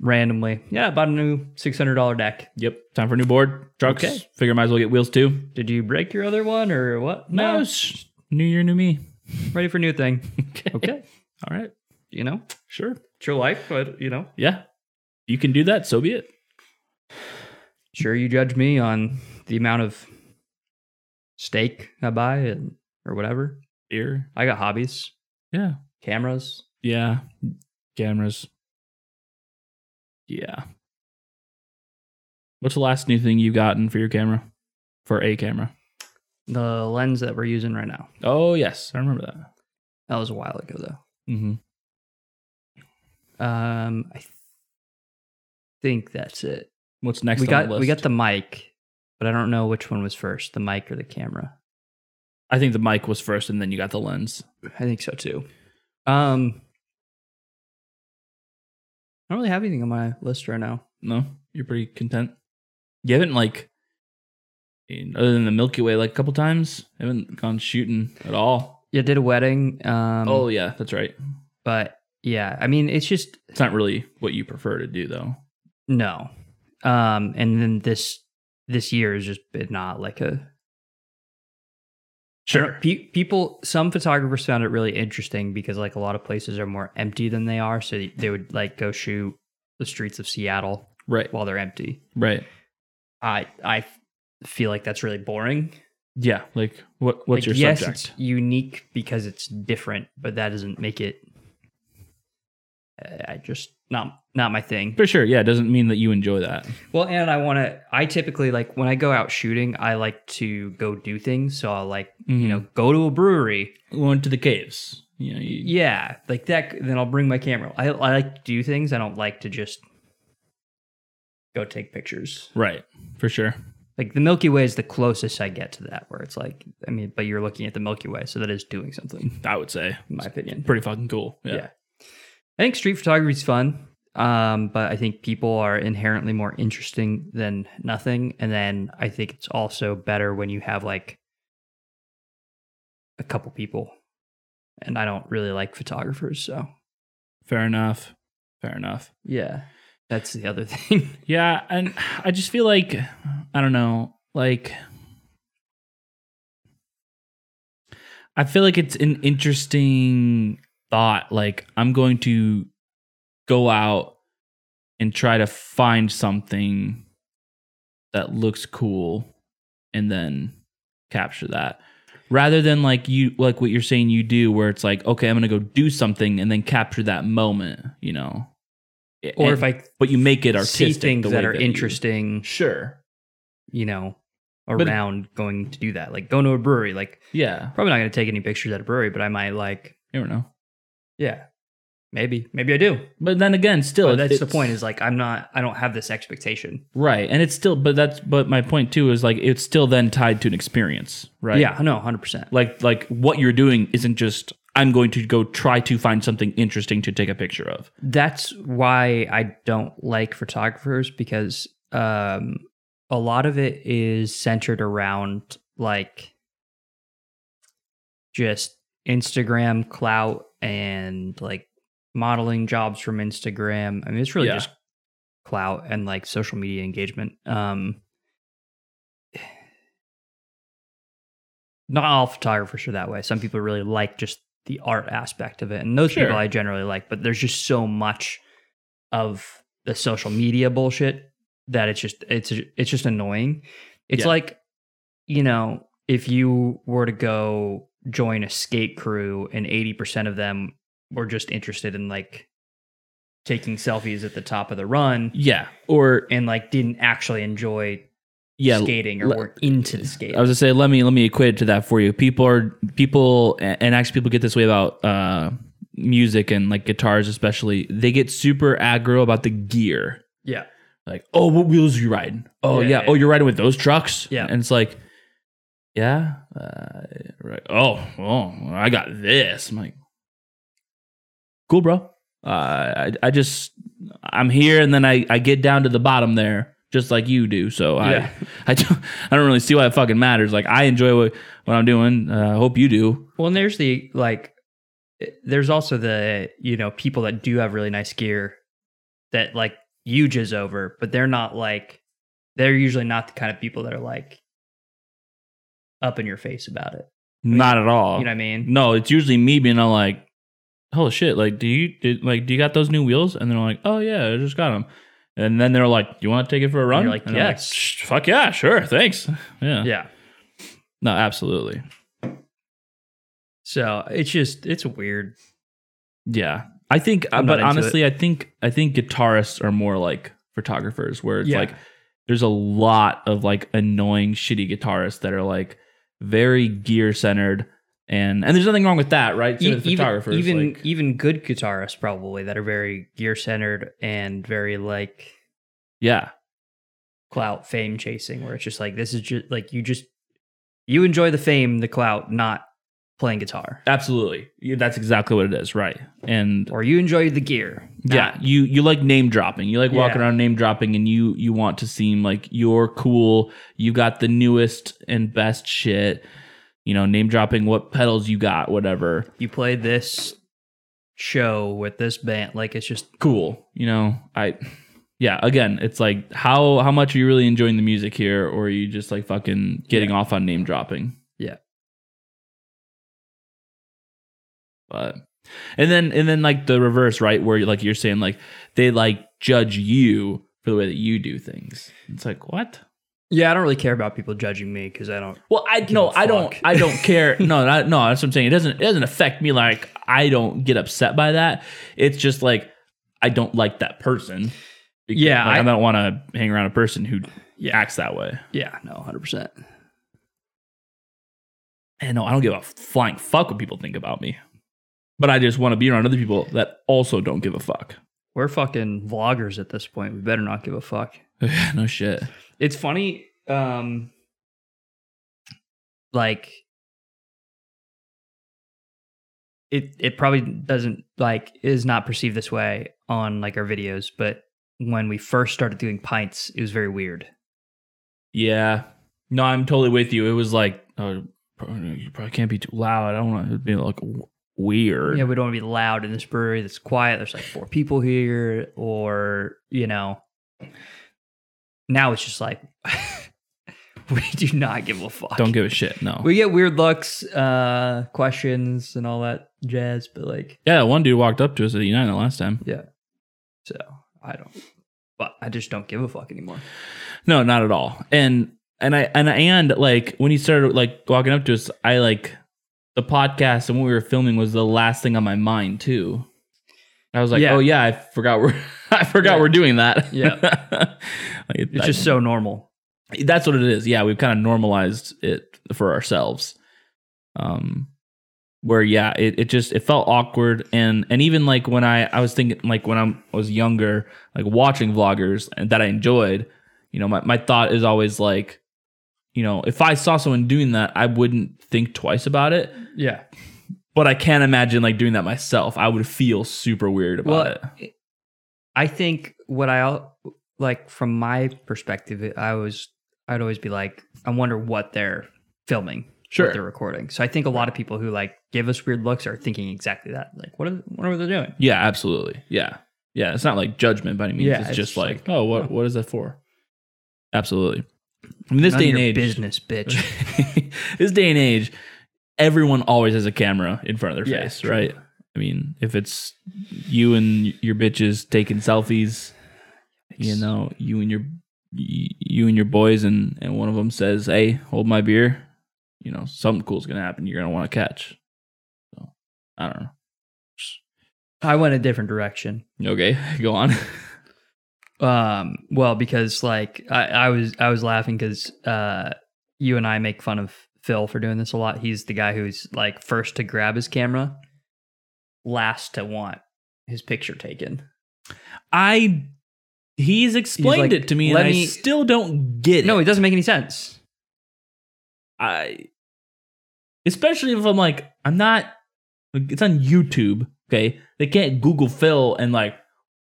randomly, yeah, I bought a new six hundred dollar deck.
yep time for a new board trucks
Okay.
figure might as well get wheels too
Did you break your other one or what?
no it's New year, new me. [LAUGHS]
Ready for a new thing. Okay.
All right.
You know,
Sure.
it's your life, but you know.
Yeah. You can do that. So be it.
Sure, you judge me on the amount of steak I buy and, or whatever.
Beer.
I got hobbies,
Yeah.
cameras.
Yeah. Cameras. Yeah. What's the last new thing you've gotten for your camera? For a camera?
the lens that we're using right now.
Oh, yes. I remember that.
That was a while ago though.
Mm-hmm.
Um, I th- think that's it.
What's next
we
on
got
the list?
we got the mic, but I don't know which one was first, the mic or the camera.
I think the mic was first and then you got the lens.
I think so too. Um, I don't really have anything on my list right now.
No? You're pretty content? You haven't, like, in- other than the Milky Way, like a couple times, you haven't gone shooting at all.
Yeah, did a wedding. Um,
oh, yeah. That's right.
but yeah, I mean, it's just
It's not really what you prefer to do, though.
no. Um, and then this this year has just been not like a Pe- people, some photographers found it really interesting because like a lot of places are more empty than they are, so they would like go shoot the streets of Seattle
Right.
while they're empty.
Right.
I I feel like that's really boring.
Yeah. Like, what? what's
Like,
your
yes,
subject?
it's unique because it's different, but that doesn't make it. uh, I just not not my thing.
For sure, yeah. It doesn't mean that you enjoy that.
Well, and I want to. I typically like when I go out shooting, I like to go do things. So I'll like
Mm-hmm.
you know go to a brewery.
went to the caves. You know, you,
Yeah, like that. Then I'll bring my camera. I, I like to do things. I don't like to just go take pictures.
right? For sure.
Like the Milky Way is the closest I get to that, where it's like, I mean, but you're looking at the Milky Way, so that is doing something,
I would say
in my opinion.
pretty fucking cool. Yeah.
Yeah. I think street photography is fun, um, but I think people are inherently more interesting than nothing. And then I think it's also better when you have like a couple people. And I don't really like photographers, so.
Fair enough. Fair enough.
Yeah. That's the other [LAUGHS] thing.
Yeah, and I just feel like I don't know, like I feel like it's an interesting thought. Like I'm going to go out and try to find something that looks cool and then capture that. Rather than like you like what you're saying you do where it's like, okay, I'm gonna go do something and then capture that moment, you know.
or
And-
if I
but you make it
see
artistic.
things
the
that
way
are
you-
interesting,
Sure.
you know,
But-
around going to do that. Like going to a brewery. Like
Yeah.
probably not going to take any pictures at a brewery, but I might like,
You don't know.
yeah, maybe, maybe I do.
But then again, still,
but that's the
it's-
point is like, I'm not, I don't have this expectation.
right? And it's still, but that's, but my point too is like it's still then tied to an experience, right?
Yeah. No, 100%.
Like, like what you're doing isn't just I'm going to go try to find something interesting to take a picture of.
that's why I don't like photographers because um, a lot of it is centered around like just Instagram clout and like modeling jobs from Instagram. I mean, it's really
Yeah.
just clout and like social media engagement. Um, not all photographers are that way. Some people really like just the art aspect of it, and those
Sure.
people I generally like. But there's just so much of the social media bullshit that it's just it's it's just annoying. It's
Yeah.
like you know if you were to go join a skate crew and 80% of them were just interested in like taking selfies at the top of the run
Yeah. Or
and like didn't actually enjoy
yeah.
skating or
le-
were into the skate.
I was gonna say, let me let me equate it to that for you. People are people, and actually, people get this way about uh, music and like guitars, especially. They get super aggro about the gear.
yeah.
like, oh, what wheels are you riding? Oh
Yeah,
yeah,
yeah,
oh you're riding with those trucks.
Yeah.
and it's like, yeah, uh, right. Oh, oh, I got this. I'm like, cool, bro. Uh, I I just I'm here, and then I I get down to the bottom there, just like you do. So
Yeah.
[LAUGHS] I I don't I don't really see why it fucking matters. Like I enjoy what what I'm doing. Uh, I hope you do.
Well, and there's the like it- there's also the, you know, people that do have really nice gear that like you jizz over, but they're not like they're usually not the kind of people that are like up in your face about it.
Not at all.
You know what I mean?
no, it's usually me being all like, "Holy shit! Like, do you did, like do you got those new wheels?" And they're like, "Oh yeah, I just got them." And then they're like, "You want to take it for a run?"
you're like,
And I'm
"Yes."
"Shh, fuck yeah, sure, thanks." [LAUGHS] Oh, Yeah,
Yeah.
no, absolutely.
So it's just it's weird.
Yeah, I think,
I'm not
but
into
honestly, I think I think guitarists are more like photographers, where it's
Yeah.
like there's a lot of like annoying, shitty guitarists that are like very gear centered, and and there's nothing wrong with that, right? Same
E-
with
even
photographers,
even, e
like-
even good guitarists probably that are very gear centered and very like
yeah,
clout fame chasing where it's just like this is just like you just you enjoy the fame the clout not playing guitar
absolutely. Yeah, that's exactly what it is, right? And
or you enjoy the gear
yeah, you you like name dropping. You like walking
Yeah.
around name dropping, and you you want to seem like you're cool. You got the newest and best shit. You know, name dropping what pedals you got, whatever.
you play this show with this band like it's just
cool. You know, I yeah, again, it's like how how much are you really enjoying the music here or are you just like fucking getting off on name dropping?
Yeah.
But and then and then like the reverse, right? Where like you're saying like they like judge you for the way that you do things. It's like what?
yeah i don't really care about people judging me because i don't
Well, I
a
no, I don't,
fuck.
I
[LAUGHS]
don't care. No, not, no, that's what I'm saying. It doesn't, it doesn't affect me. Like I don't get upset by that. It's just like I don't like that person. Because,
Yeah,
like, I,
I-
don't want to hang around a person who
Yeah.
acts that way.
yeah no 100%
And no, I don't give a flying fuck what people think about me. But I just want to be around other people that also don't give a
[SIGHS]
fuck. [SIGHS]
we're fucking vloggers at this point we better not give a fuck
no shit.
it's funny um like it it probably doesn't like is not perceived this way on like our videos but when we first started doing pints it was very weird
Yeah. No, I'm totally with you. It was like, oh, you probably can't be too loud. I don't want to be like w- weird.
yeah we don't want to be loud in this brewery that's quiet there's like four people here or you know now it's just like [LAUGHS] we do not give a fuck
don't give a shit. No.
we get weird looks uh questions and all that jazz but like
Yeah, one dude walked up to us at United last time.
So I don't, but I just don't give a fuck anymore.
No, not at all. And and I and and like when he started like walking up to us, I like the podcast and what we were filming was the last thing on my mind too. I was like,
Yeah.
oh yeah, I forgot we're [LAUGHS] I forgot
Yeah.
we're doing that.
Yeah.
[LAUGHS] Like, it-
It's just so normal.
that's what it is. Yeah, we've kind of normalized it for ourselves. Um where yeah, it, it just it felt awkward and and even like when I I was thinking like when I'm, I was younger, like watching vloggers and that I enjoyed, you know, my my thought is always like you know, if I saw someone doing that, I wouldn't think twice about it,
Yeah.
but I can't imagine like doing that myself. I would feel super weird about
Well,
it.
I think what I al- like from my perspective, I was I'd always be like, I wonder what they're filming,
Sure.
what they're recording. So I think a lot of people who like give us weird looks are thinking exactly that. Like, what are what are they doing?
Yeah, absolutely. Yeah. Yeah. It's not like judgment by any means.
Yeah,
it's,
it's
just
just
like,
like,
oh, what what is that for? Absolutely. In this
None
day
of
and
your
age
business, bitch.
this day and age, everyone always has a camera in front of their
Yeah,
face,
true.
right? I mean, if it's you and your bitches taking selfies, [LAUGHS] you know, you and your you and your boys and and one of them says, "Hey, hold my beer." You know, something cool's going to happen. You're going to want to catch. So, I don't
I went a different direction.
know. Okay, [LAUGHS] go on.
Um, well, because like I, I was I was laughing because uh you and I make fun of Phil for doing this a lot. He's the guy who's like first to grab his camera, last to want his picture taken.
I he's explained
like,
it to me, and
"Let
I
me-
still don't get
No,
it.
it doesn't make any sense.
I especially if I'm like I'm not. like, It's on YouTube. Okay, they can't Google Phil and like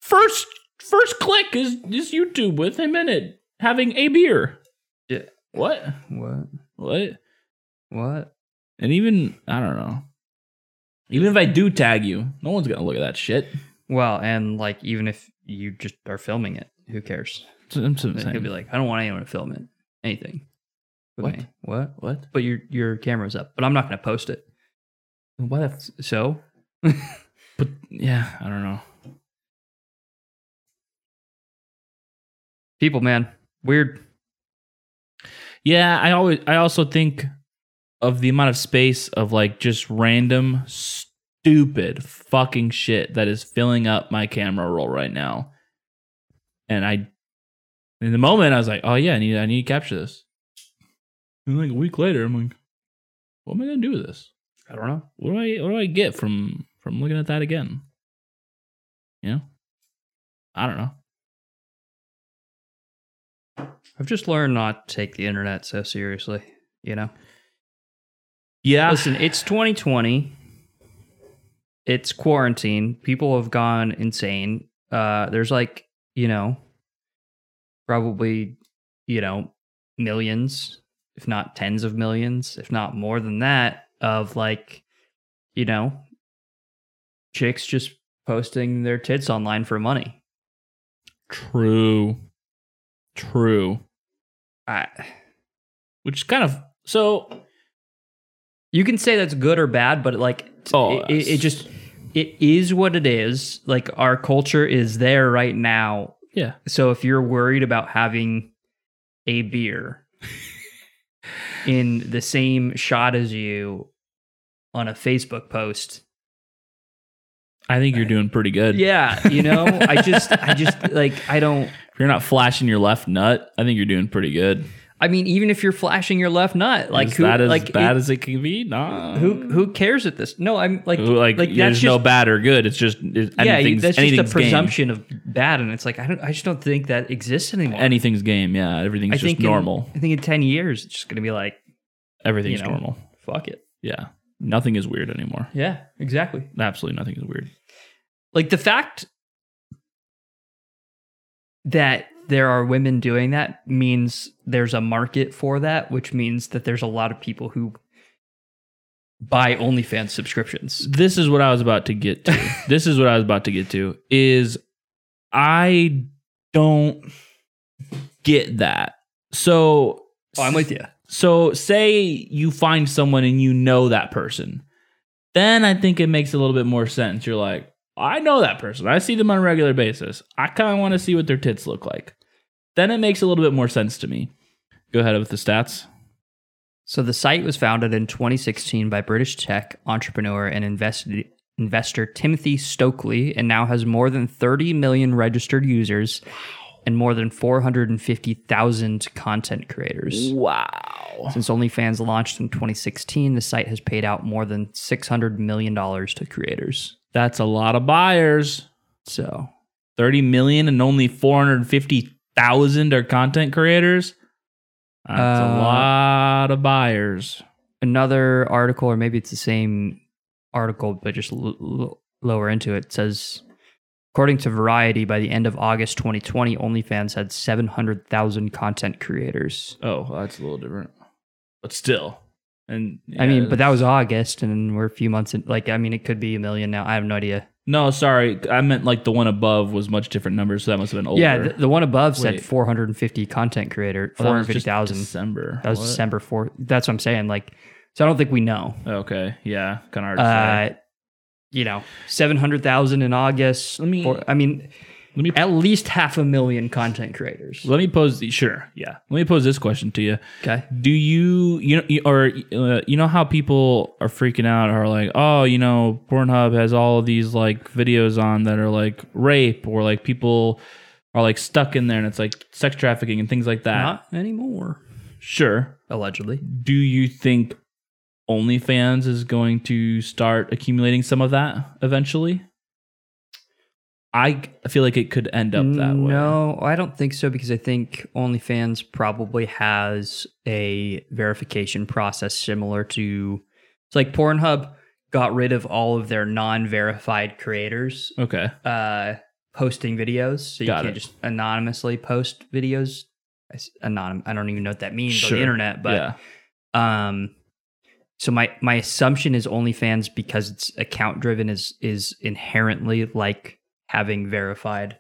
first first click is is YouTube with him in it having a beer.
Yeah.
What?
What?
What?
What?
And even I don't know. Even if I do tag you, no one's gonna look at that shit.
Well, and like even if you just are filming it, who cares?
That's what I'm
Like,
saying.
He'll be like, I don't want anyone to film it. Anything. with
What?
me. What?
What?
But your your camera's up. But I'm not going to post it.
What? If,
So
but yeah, I don't know.
people, man, weird.
Yeah, I always I also think of the amount of space of like just random stupid fucking shit that is filling up my camera roll right now. And I in the moment I was like, "Oh yeah, I need I need to capture this." And like a week later, I'm like, "What am I going to do with this?
I don't know.
What do I what do I get from from looking at that again?" You know? I don't know.
I've just learned not to take the internet so seriously. You know.
Yeah.
Listen, it's 2020. It's quarantine. People have gone insane. Uh, there's like, you know, probably, you know, millions, if not tens of millions, if not more than that, of like, you know, chicks just posting their tits online for money.
True. True.
I,
Which is kind of so
you can say that's good or bad, but like, t-
Oh,
it- it, it just it is what it is. Like our culture is there right now.
Yeah.
So if you're worried about having
[LAUGHS]
a beer in the same shot as you on a Facebook post,
I think you're doing pretty good.
yeah, you know, I just,
[LAUGHS]
I just like, I don't.
If you're not flashing your left nut, I think you're doing pretty good.
I mean, even if you're flashing your left nut, like
is
who,
that as
like
bad Mm.
it-
as it can be? Nah.
who, who cares at this? No, I'm like,
Who- like,
like,
there's
that's
no
just-
bad or good. It's just it's,
yeah, you-
anything's,
that's just a
anything's
presumption of bad, and it's like I don't, I just don't think that exists anymore.
game. Anything's game. Yeah, everything's
I
just
think in-
normal.
I think in ten years, it's just gonna be like,
everything's
you know.
normal.
fuck it.
Yeah, nothing is weird anymore.
Yeah, exactly.
Absolutely nothing is weird.
like the fact that there are women doing that means there's a market for that, which means that there's a lot of people who buy OnlyFans subscriptions.
This is what I was about to get
[LAUGHS]
to. this is what I was about to get to. Is I don't get that. So
you.
So, say you find someone and you know that person, then I think it makes a little bit more sense. You're like, I know that person. I see them on a regular basis. I kind of want to see what their tits look like. Then it makes a little bit more sense to me. Go ahead with the stats.
So the site was founded in 2016 by British tech entrepreneur and investi- investor Timothy Stokely and now has more than 30 million registered users and more than 450,000 content creators.
Wow.
Since OnlyFans launched in 2016, the site has paid out more than $600 million to creators.
That's a lot of buyers.
So,
30 million and only 450,000 are content creators. That's a
Uh,
lot of buyers.
another article, or maybe it's the same article, but just l- l- lower into it, says according to Variety, by the end of August 2020, OnlyFans had 700,000 content creators.
Oh, well, that's a little different, but still. And
I mean,
yeah,
but that was August, and we're a few months in. Like, I mean, it could be a million now. I have no idea.
no, sorry, I meant like the one above was much different numbers, so that must have been older.
Yeah, the, the one above
Wait.
said 450 content creator,
Oh, that was just
450,000.
December.
That was
What?
December 4th. That's what I'm saying. Like, so I don't think we know.
Okay, yeah, kind of hard. to
Uh, you know, 700,000 in August.
Let me-
I mean,
Let me-
at least half a million content creators.
say. Let me pose. The, sure, yeah. Let me pose this question to you.
Okay.
Do you you know you- or uh, you know how people are freaking out are like, oh, you know, Pornhub has all of these like videos on that are like rape or like people are like stuck in there and it's like sex trafficking and things like that.
Not anymore,
Sure.
allegedly.
do you think OnlyFans is going to start accumulating some of that eventually? I I feel like it could end up that way.
No, I don't think so because I think OnlyFans probably has a verification process similar to it's like Pornhub got rid of all of their non-verified creators
Okay.
uh posting videos so you
Got
can't
it.
just anonymously post videos I s- anonym i don't even know what that means on
Sure.
the internet but
yeah.
um so my my assumption is onlyfans because it's account driven is is inherently like having verified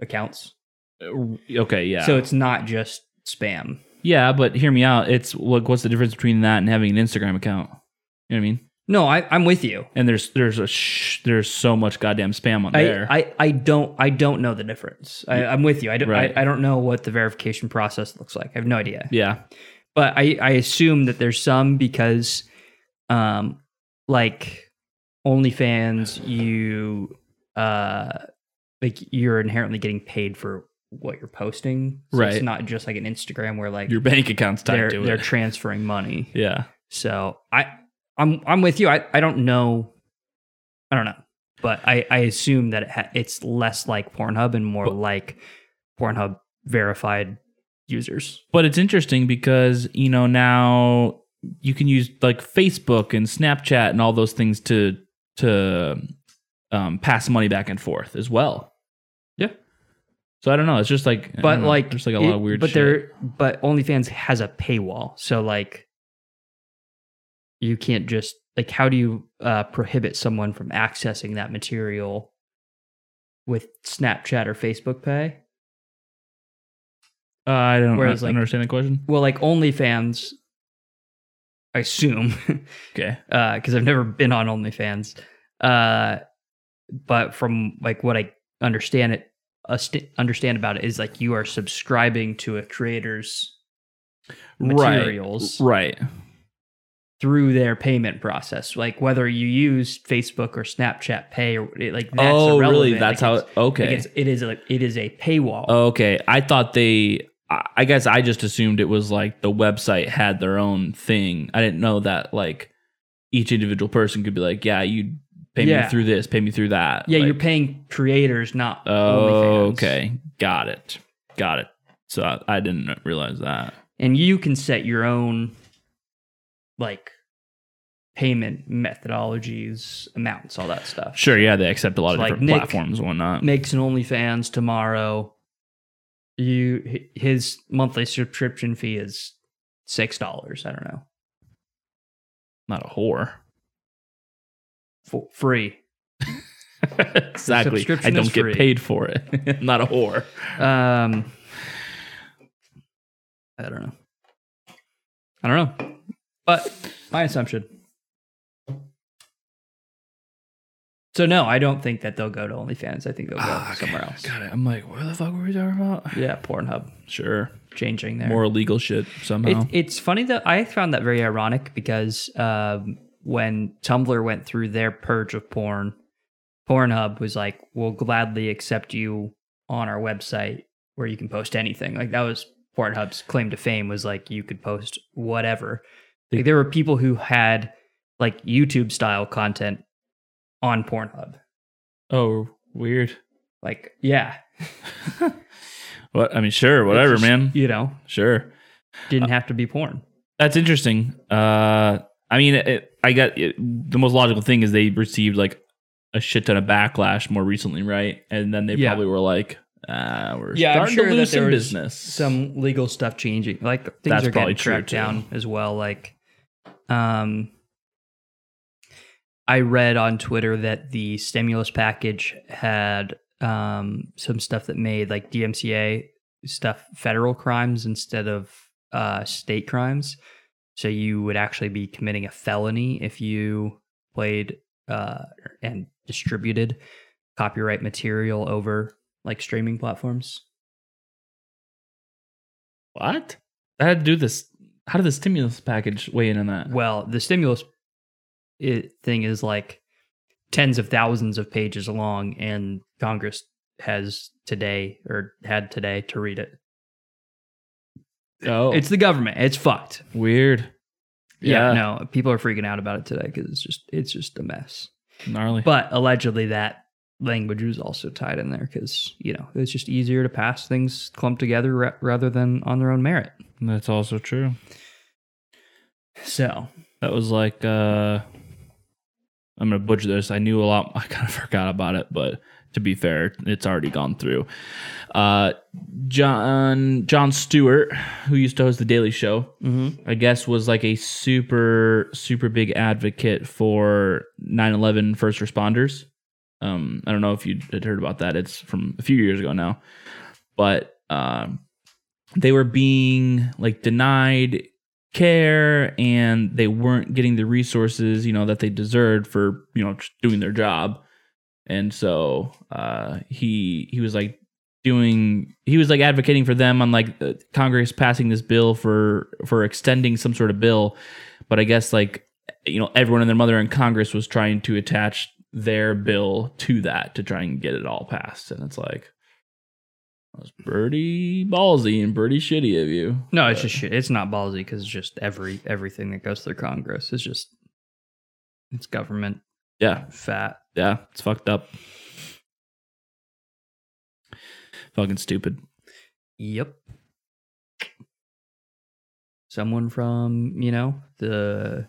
accounts
Uh, Okay. Yeah.
so it's not just spam
Yeah, but hear me out. It's like, what's the difference between that and having an Instagram account? You know what I mean?
No, I, I'm with you.
And there's there's a sh- there's so much goddamn spam on there.
I, I, I don't I don't know the difference. I, I'm with you. I don't
Right.
I, I don't know what the verification process looks like. I have no idea.
yeah,
But I, I assume that there's some because um like OnlyFans, you uh like you're inherently getting paid for what you're posting. So
Right.
It's not just like an Instagram where like
your bank account's tied
they're
to
they're
it.
transferring money.
yeah,
So I I'm I'm with you. I, I don't know. I don't know, but I I assume that it ha- it's less like Pornhub and more
But-
like Pornhub verified users.
but it's interesting because you know now you can use like Facebook and Snapchat and all those things to to um, pass money back and forth as well.
Yeah.
So I don't know. It's just like, I
But
don't know.
like
there's like a lot
it-
of weird.
But
shit.
they're but OnlyFans has a paywall, so like you can't just like how do you uh, prohibit someone from accessing that material with Snapchat or Facebook Pay?
Uh, I don't.
whereas,
I
like-
don't understand the question.
Well, like OnlyFans, I assume. [LAUGHS]
Okay.
because I've never been on OnlyFans. Uh, but from like what I understand it, uh, st- understand about it is like you are subscribing to a creator's
Right.
materials
Right.
through their payment process. Like whether you use Facebook or Snapchat Pay, or it, like that's
oh,
irrelevant.
really? That's
Like,
how.
it's-
okay. Oh,
like, it's, it is. Like, it is a paywall.
Okay, I thought they. I I guess I just assumed it was like the website had their own thing. I didn't know that like each individual person could be like, yeah, you pay
Yeah.
me through this, pay me through that.
yeah,
Like,
you're paying creators, not
Oh,
OnlyFans.
okay, got it, got it. So I, I didn't realize that.
and you can set your own like payment methodologies, amounts, all that stuff.
Sure, yeah, they accept a lot
So,
of
like,
different
Nick-
platforms and whatnot.
Makes an OnlyFans tomorrow. You hi- his monthly subscription fee is six dollars. I don't know,
Not a whore. [LAUGHS]
for free.
exactly. I
subscription is
don't
free.
get paid for it. [LAUGHS] Not a whore.
Um, I don't know. I don't know, but my assumption. So no, I don't think that they'll go to OnlyFans. I think they'll go
Ah, okay.
somewhere else.
Got it. I'm like, where the fuck were we talking about?
Yeah, Pornhub
Sure.
changing there.
More illegal shit somehow.
It, it's funny that I found that very ironic because um, when Tumblr went through their purge of porn, Pornhub was like, "We'll gladly accept you on our website where you can post anything." Like that was Pornhub's claim to fame was like you could post whatever. Like there were people who had like YouTube style content on Pornhub.
Oh, weird.
Like yeah,
What I mean, sure,
It's
whatever,
just,
man. Uh,
You know,
Sure,
didn't have to be porn.
that's interesting. Uh, I mean, it, I got it, the most logical thing is they received like a shit ton of backlash more recently, right? And then they
Yeah.
probably were like, uh, "We're
Yeah, I'm
starting
sure
to
that
lose
there
some
was
business."
some legal stuff changing. Like things
That's
are
probably
getting
true,
tracked
too.
down as well. Like, um, I read on Twitter that the stimulus package had um some stuff that made like DMCA stuff federal crimes instead of uh state crimes. So you would actually be committing a felony if you played uh and distributed copyright material over like streaming platforms.
what? That had to do this. How did the stimulus package weigh in on that?
Well, the stimulus i thing is like tens of thousands of pages long, and Congress has today or had today to read it.
oh,
It's the government. It's fucked.
weird.
Yeah.
Yeah,
no, people are freaking out about it today because it's just it's just a mess.
gnarly.
But allegedly, that language was also tied in there because you know it's just easier to pass things clumped together ra- rather than on their own merit.
that's also true.
So
That was like uh I'm gonna butcher this. I knew a lot [LAUGHS] I kind of forgot about it, but to be fair, it's already gone through. Uh John John Stewart, who used to host the Daily Show, I guess was like a super, super big advocate for 9-11 first responders. Um, I don't know if you had heard about that. It's from a few years ago now. But um they were being like denied care and they weren't getting the resources you know that they deserved for you know just doing their job and so uh he he was like doing he was like advocating for them on like uh, congress passing this bill for for extending some sort of bill but i guess like you know everyone and their mother in congress was trying to attach their bill to that to try and get it all passed and it's like that was pretty ballsy and pretty shitty of you
No, it's
But-
just shit. It's not ballsy because it's just every everything that goes through Congress is just it's government
yeah
fat.
yeah, it's fucked up. Fucking stupid.
Yep. Someone from you know the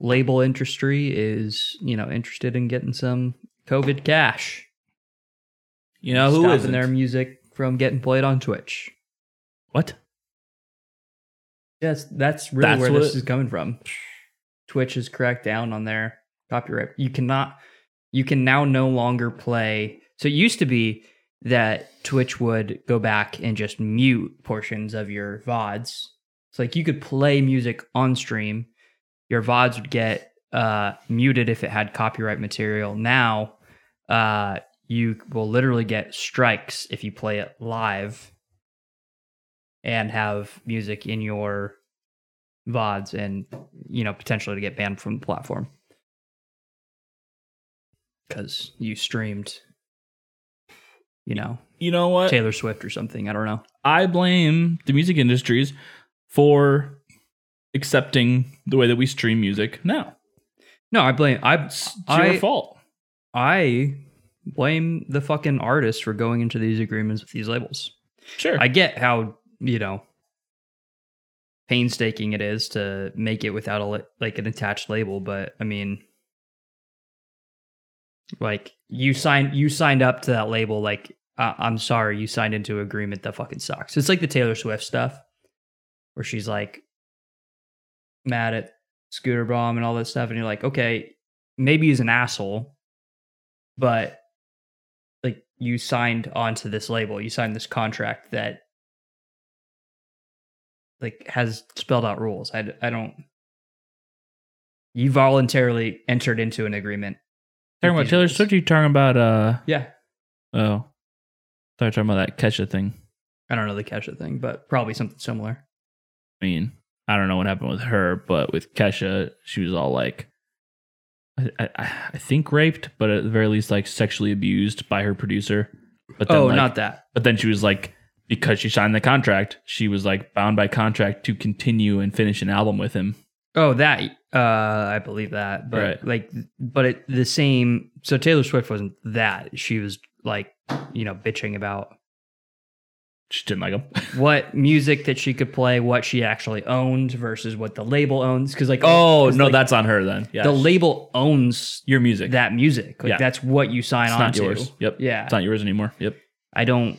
label industry is you know interested in getting some COVID cash.
You know who
stopping
is
their
there?
music from getting played on Twitch.
What?
Yes, that's really
That's
where
what
this
it-
is coming from. Twitch is cracked down on their copyright. You cannot, you can now no longer play. So it used to be that Twitch would go back and just mute portions of your VODs. So like you could play music on stream, your VODs would get uh, muted if it had copyright material. Now, uh, you will literally get strikes if you play it live and have music in your VODs and, you know, potentially to get banned from the platform because you streamed, you know,
You know what?
Taylor Swift or something. I don't know.
I blame the music industries for accepting the way that we stream music now.
No, I blame, I,
It's your
I-
fault.
I blame the fucking artists for going into these agreements with these labels.
Sure.
I get how you know painstaking it is to make it without a li- like an attached label, but I mean, like you signed you signed up to that label. Like uh, I'm sorry, you signed into an agreement that fucking sucks. It's like the Taylor Swift stuff, where she's like mad at Scooter Bomb and all that stuff, and you're like, okay, maybe he's an asshole, but like you signed onto this label, you signed this contract that like has spelled out rules. I, d- I don't. You voluntarily entered into an agreement. with
talking about
these
Taylor
rules.
Swift, you talking about uh
Yeah,
oh. Sorry, talking about that Kesha thing.
I don't know the Kesha thing, but probably something similar.
I mean, I don't know what happened with her, but with Kesha, she was all like, I, I, I think raped, but at the very least, like sexually abused by her producer. But then,
Oh,
like-
not that.
But then she was like, because she signed the contract, she was like bound by contract to continue and finish an album with him.
Oh, that uh, I believe that, but
Right.
like, but it, the same. So Taylor Swift wasn't that. She was like, you know, bitching about
She didn't like him.
what music that she could play, what she actually owned versus what the label owns. Because like,
[LAUGHS] oh
'cause,
no,
like,
that's on her then. Yeah,
the label owns
your music.
that music. Like
Yeah.
that's what you sign
it's
on
not
to.
yours. Yep.
Yeah,
It's not yours anymore. Yep.
I don't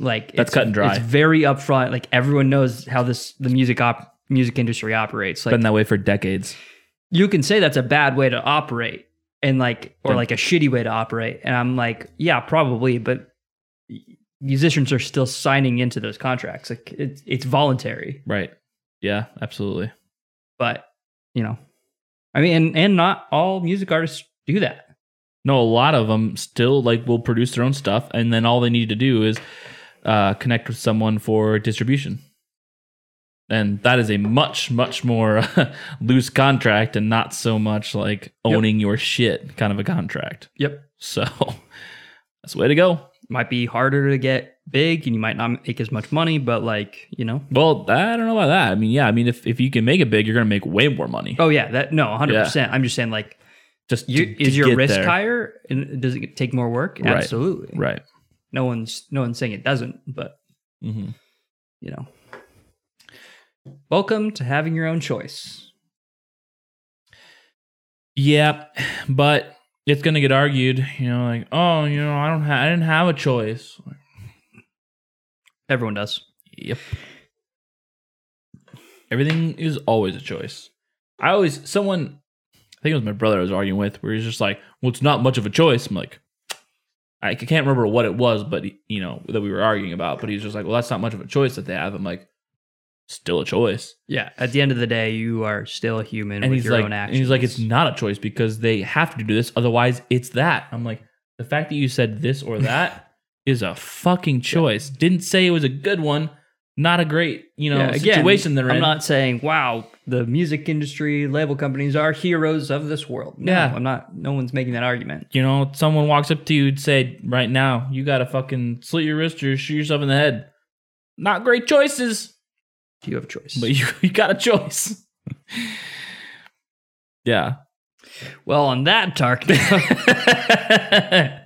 like.
That's
it's-
cut and dry.
It's very upfront. Like everyone knows how this the music op music industry operates. Like
Been that way for decades.
you can say that's a bad way to operate and like or
Then-
like a shitty way to operate and i'm like yeah probably but musicians are still signing into those contracts like it's it's voluntary
Right. Yeah. Absolutely.
but you know i mean and, and not all music artists do that
No, a lot of them still like will produce their own stuff, and then all they need to do is uh, connect with someone for distribution, and that is a much much more [LAUGHS] loose contract and not so much like owning your shit kind of a contract.
yep
So [LAUGHS] that's the way to go.
might be harder to get big and you might not make as much money but like you know
Well, I don't know about that. I mean, yeah, I mean, if if you can make it big, you're gonna make way more money.
oh yeah that no 100% i'm just saying like
Just to-
you,
to
is your
get
risk
there.
higher and does it take more work
Right.
absolutely
Right.
no one's no one's saying it doesn't but
hmm
you know. Welcome to having your own choice.
Yeah, but it's gonna get argued, you know, like, oh, you know, I don't, ha- I didn't have a choice. Like,
Everyone does.
yep. Everything is always a choice. I always someone, I think it was my brother I was arguing with, where he's just like, well, it's not much of a choice. I'm like, I c- can't remember what it was, but you know that we were arguing about. But he's just like, well, that's not much of a choice that they have. I'm like, still a choice.
Yeah. At the end of the day, you are still a human
And
with
he's
your
like,
own
and
actions.
he's like, it's not a choice because they have to do this. Otherwise, it's that. I'm like, the fact that you said this or
[LAUGHS]
that is a fucking choice. Didn't say it was a good one. Not a great, you know,
Yeah, again,
situation they're
I'm
in.
not saying, wow, the music industry, label companies are heroes of this world. No,
Yeah.
I'm not. No one's making that argument.
you know, someone walks up to you and say, right now, you gotta fucking slit your wrist or shoot yourself in the head. Not great choices,
You have a choice.
but [LAUGHS] you, you got a choice. [LAUGHS] yeah. [LAUGHS]
well, on that dark [LAUGHS] note,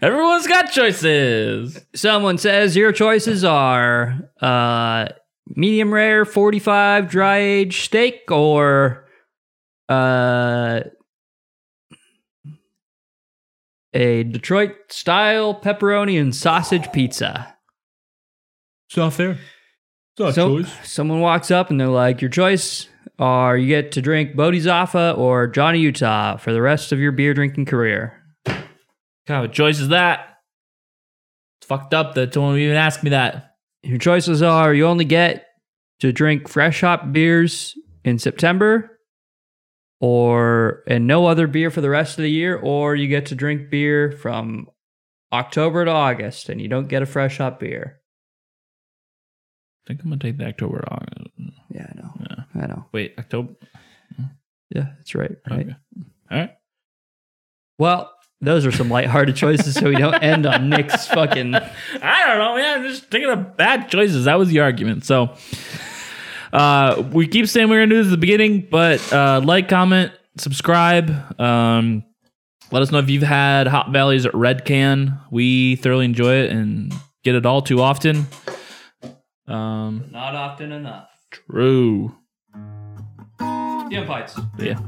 Everyone's got choices.
someone says your choices are uh, medium rare 45 dry aged steak or uh, a Detroit style pepperoni and sausage pizza.
It's not fair. It's not
So someone walks up and they're like, "Your choice are you get to drink Bodhisattva or Johnny Utah for the rest of your beer drinking career."
Kind of a choice is that? It's fucked up that someone even asked me that.
Your choices are you only get to drink fresh hop beers in September, or and no other beer for the rest of the year, or you get to drink beer from October to August and you don't get a fresh hop beer.
I think I'm gonna take the October. August.
Yeah, I know.
Yeah.
I know.
Wait, October.
Yeah, that's right. Right.
Okay. All right.
Well, those are some lighthearted choices, so we don't end on Nick's
[LAUGHS]
fucking.
I don't know, man. I'm just thinking of bad choices. That was the argument. So uh we keep saying we're gonna do this at the beginning, but uh like, comment, subscribe. Um let us know if you've had Hot Valleys at Red Can. We thoroughly enjoy it and get it all too often. Um
Not often enough.
true.
Damn pints.
Yeah.